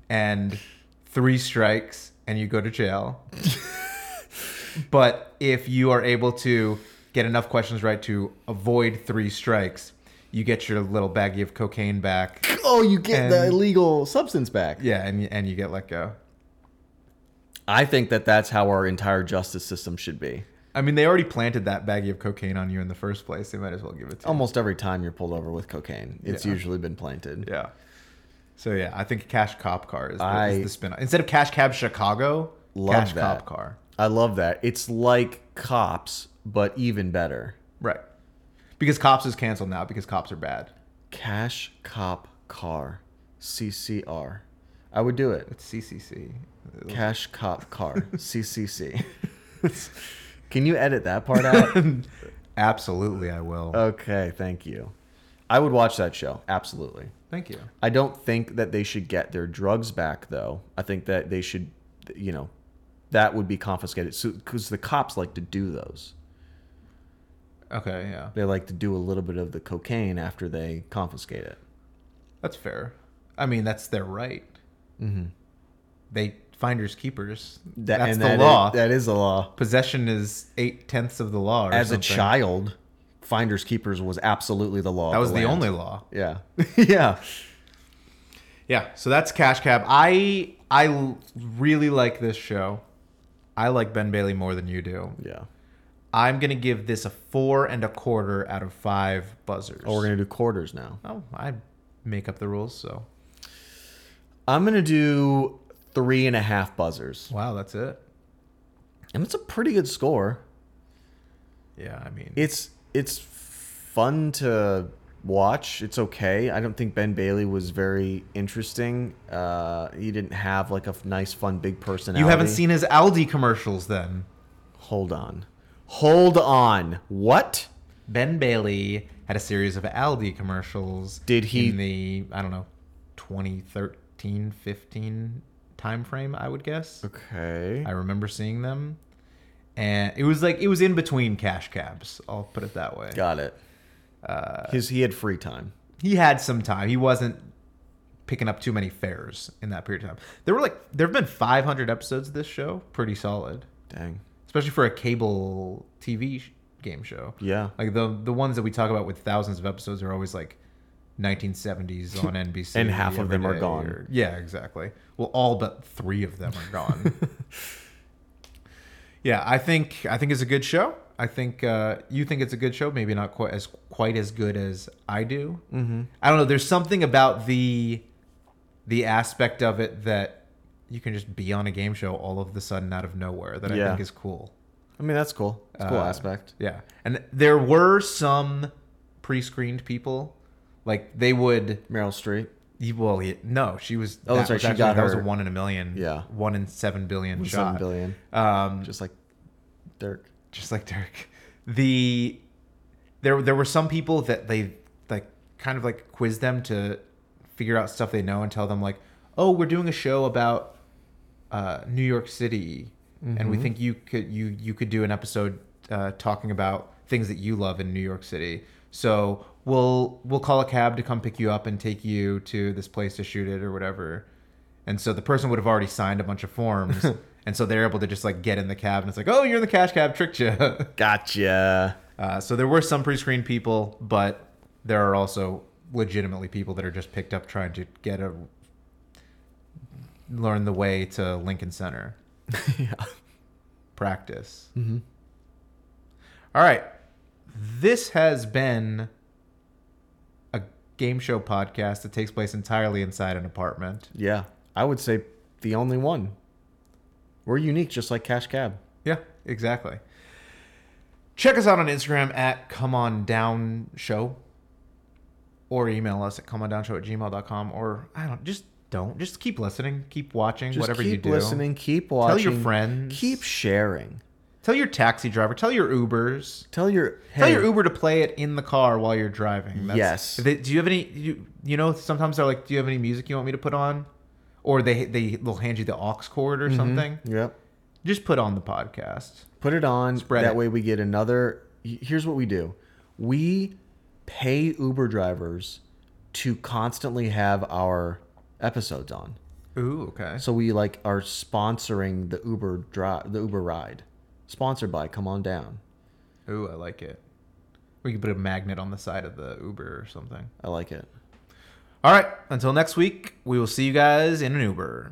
Speaker 2: and three strikes and you go to jail but if you are able to get enough questions right to avoid three strikes you get your little baggie of cocaine back
Speaker 3: Oh, you get the
Speaker 2: And-
Speaker 3: illegal substance back.
Speaker 2: yeah and, and you get let go
Speaker 3: I think that that's how our entire justice system should be.
Speaker 2: I mean, they already planted that baggie of cocaine on you in the first place. They might as well give it to you.
Speaker 3: Almost every time you're pulled over with cocaine, it's usually been planted.
Speaker 2: Yeah. So yeah, I think Cash Cop Car is the,
Speaker 3: I-
Speaker 2: is the spin Instead of Cash Cab Chicago,
Speaker 3: Love
Speaker 2: Cash
Speaker 3: that.
Speaker 2: Cop Car.
Speaker 3: I love that. It's like cops, but even better.
Speaker 2: Right. Because Cops is canceled now because cops are bad.
Speaker 3: Cash cop car. CCR. I would do it.
Speaker 2: It's CCC.
Speaker 3: Cash cop car. CCC. [LAUGHS] Can you edit that part out?
Speaker 2: Absolutely, I will.
Speaker 3: okay, thank you. I would watch that show. Absolutely.
Speaker 2: Thank you.
Speaker 3: I don't think that they should get their drugs back, though. I think that they should, you know, that would be confiscated. Because the cops like to do those.
Speaker 2: Okay, yeah.
Speaker 3: They like to do a little bit of the cocaine after they confiscate it.
Speaker 2: That's fair. I mean, that's their right. They finders keepers.
Speaker 3: Mm-hmm. That-
Speaker 2: that's
Speaker 3: and
Speaker 2: the
Speaker 3: that is-
Speaker 2: law.
Speaker 3: that is the law.
Speaker 2: Possession is eight tenths of the law. Or
Speaker 3: As
Speaker 2: something.
Speaker 3: a child, finders keepers was absolutely the law.
Speaker 2: that
Speaker 3: of
Speaker 2: was the
Speaker 3: land.
Speaker 2: only law.
Speaker 3: Yeah. [LAUGHS] yeah.
Speaker 2: Yeah. So that's Cash Cab. I I l- really like this show. I like Ben Bailey more than you do.
Speaker 3: Yeah.
Speaker 2: I'm gonna give this a four and a quarter out of five buzzers.
Speaker 3: Oh, we're going to do quarters now.
Speaker 2: oh, I make up the rules. So
Speaker 3: I'm going to do three and a half buzzers.
Speaker 2: wow, that's it.
Speaker 3: And that's a pretty good score.
Speaker 2: Yeah. I mean,
Speaker 3: It's it's fun to watch. It's okay. I don't think Ben Bailey was very interesting. Uh, he didn't have like a f- nice, fun, big personality.
Speaker 2: you haven't seen his Aldi commercials then.
Speaker 3: Hold on. Hold on. What?
Speaker 2: Ben Bailey had a series of Aldi commercials.
Speaker 3: Did he-
Speaker 2: in the I don't know 2013 15 time frame? I would guess.
Speaker 3: Okay.
Speaker 2: I remember seeing them, and it was like it was in between cash cabs. I'll put it that way.
Speaker 3: Got it. His he had free time.
Speaker 2: He had some time. He wasn't picking up too many fares in that period of time. There were like there have been 500 episodes of this show. Pretty solid,
Speaker 3: Dang.
Speaker 2: especially for a cable TV sh- game show.
Speaker 3: Yeah.
Speaker 2: Like the the ones that we talk about with thousands of episodes are always like
Speaker 3: [LAUGHS]
Speaker 2: 1970s on NBC,
Speaker 3: And half of
Speaker 2: every
Speaker 3: them are
Speaker 2: day
Speaker 3: gone.
Speaker 2: yeah, exactly. Well, all but three of them are gone.
Speaker 3: [LAUGHS]
Speaker 2: yeah, I think I think it's a good show. I think uh, you think it's a good show. Maybe not quite as quite as good as I do. Mm-hmm. I don't know. There's something about the the aspect of it that you can just be on a game show all of the sudden out of nowhere that I
Speaker 3: Yeah.
Speaker 2: think is cool.
Speaker 3: I mean, that's cool. It's a cool
Speaker 2: Uh,
Speaker 3: aspect.
Speaker 2: Yeah. And there were some pre screened people. Like they would,
Speaker 3: Meryl Street.
Speaker 2: well, yeah, no, she was.
Speaker 3: Oh, that's
Speaker 2: that
Speaker 3: right,
Speaker 2: was
Speaker 3: she got
Speaker 2: that was a
Speaker 3: her-
Speaker 2: one in a million.
Speaker 3: Yeah.
Speaker 2: One in seven billion shot.
Speaker 3: Seven billion.
Speaker 2: Um,
Speaker 3: Just like Dirk.
Speaker 2: just like Dirk. The there there were some people that they like kind of like quiz them to figure out stuff they know and tell them like, oh, we're doing a show about uh, New York City, and we think you could you you could do an episode uh, talking about things that you love in New York City. So we'll we'll call a cab to come pick you up and take you to this place to shoot it or whatever. And so the person would have already signed a bunch of forms, and so they're able to just like get in the cab and it's like, oh, you're in the cash cab, tricked you.
Speaker 3: Gotcha.
Speaker 2: [LAUGHS] Uh, so there were some pre-screened people, but there are also legitimately people that are just picked up trying to get a learn the way to Lincoln Center
Speaker 3: yeah.
Speaker 2: practice. All right, this has been a game show podcast that takes place entirely inside an apartment.
Speaker 3: Yeah. I would say the only one. We're unique, just like Cash Cab.
Speaker 2: Yeah, exactly. Check us out on Instagram at Come On Down Show or email us at comeondownshow at gmail.com or I don't just don't just keep listening, keep watching,
Speaker 3: Just
Speaker 2: whatever
Speaker 3: keep
Speaker 2: you do.
Speaker 3: listening. Keep
Speaker 2: Tell
Speaker 3: watching.
Speaker 2: your friends.
Speaker 3: Keep sharing.
Speaker 2: Tell your taxi driver, tell your Ubers.
Speaker 3: Tell your
Speaker 2: Tell
Speaker 3: hey,
Speaker 2: your Uber to play it in the car while you're driving.
Speaker 3: Yes.
Speaker 2: They- do you have any? You, you know, sometimes they're like, "Do you have any music you want me to put on?" Or they they they'll hand you the aux cord or
Speaker 3: Mm-hmm.
Speaker 2: something.
Speaker 3: Yep.
Speaker 2: Just put on the podcast.
Speaker 3: Put it on.
Speaker 2: Spread
Speaker 3: that
Speaker 2: it.
Speaker 3: way we get another. y- Here's what we do: we pay Uber drivers to constantly have our episodes on.
Speaker 2: Ooh, okay.
Speaker 3: So we like are sponsoring the Uber drive, the Uber ride, sponsored by Come On Down.
Speaker 2: Ooh, I like it. We could put a magnet on the side of the Uber or something.
Speaker 3: I like it.
Speaker 2: All right. Until next week, we will see you guys in an Uber.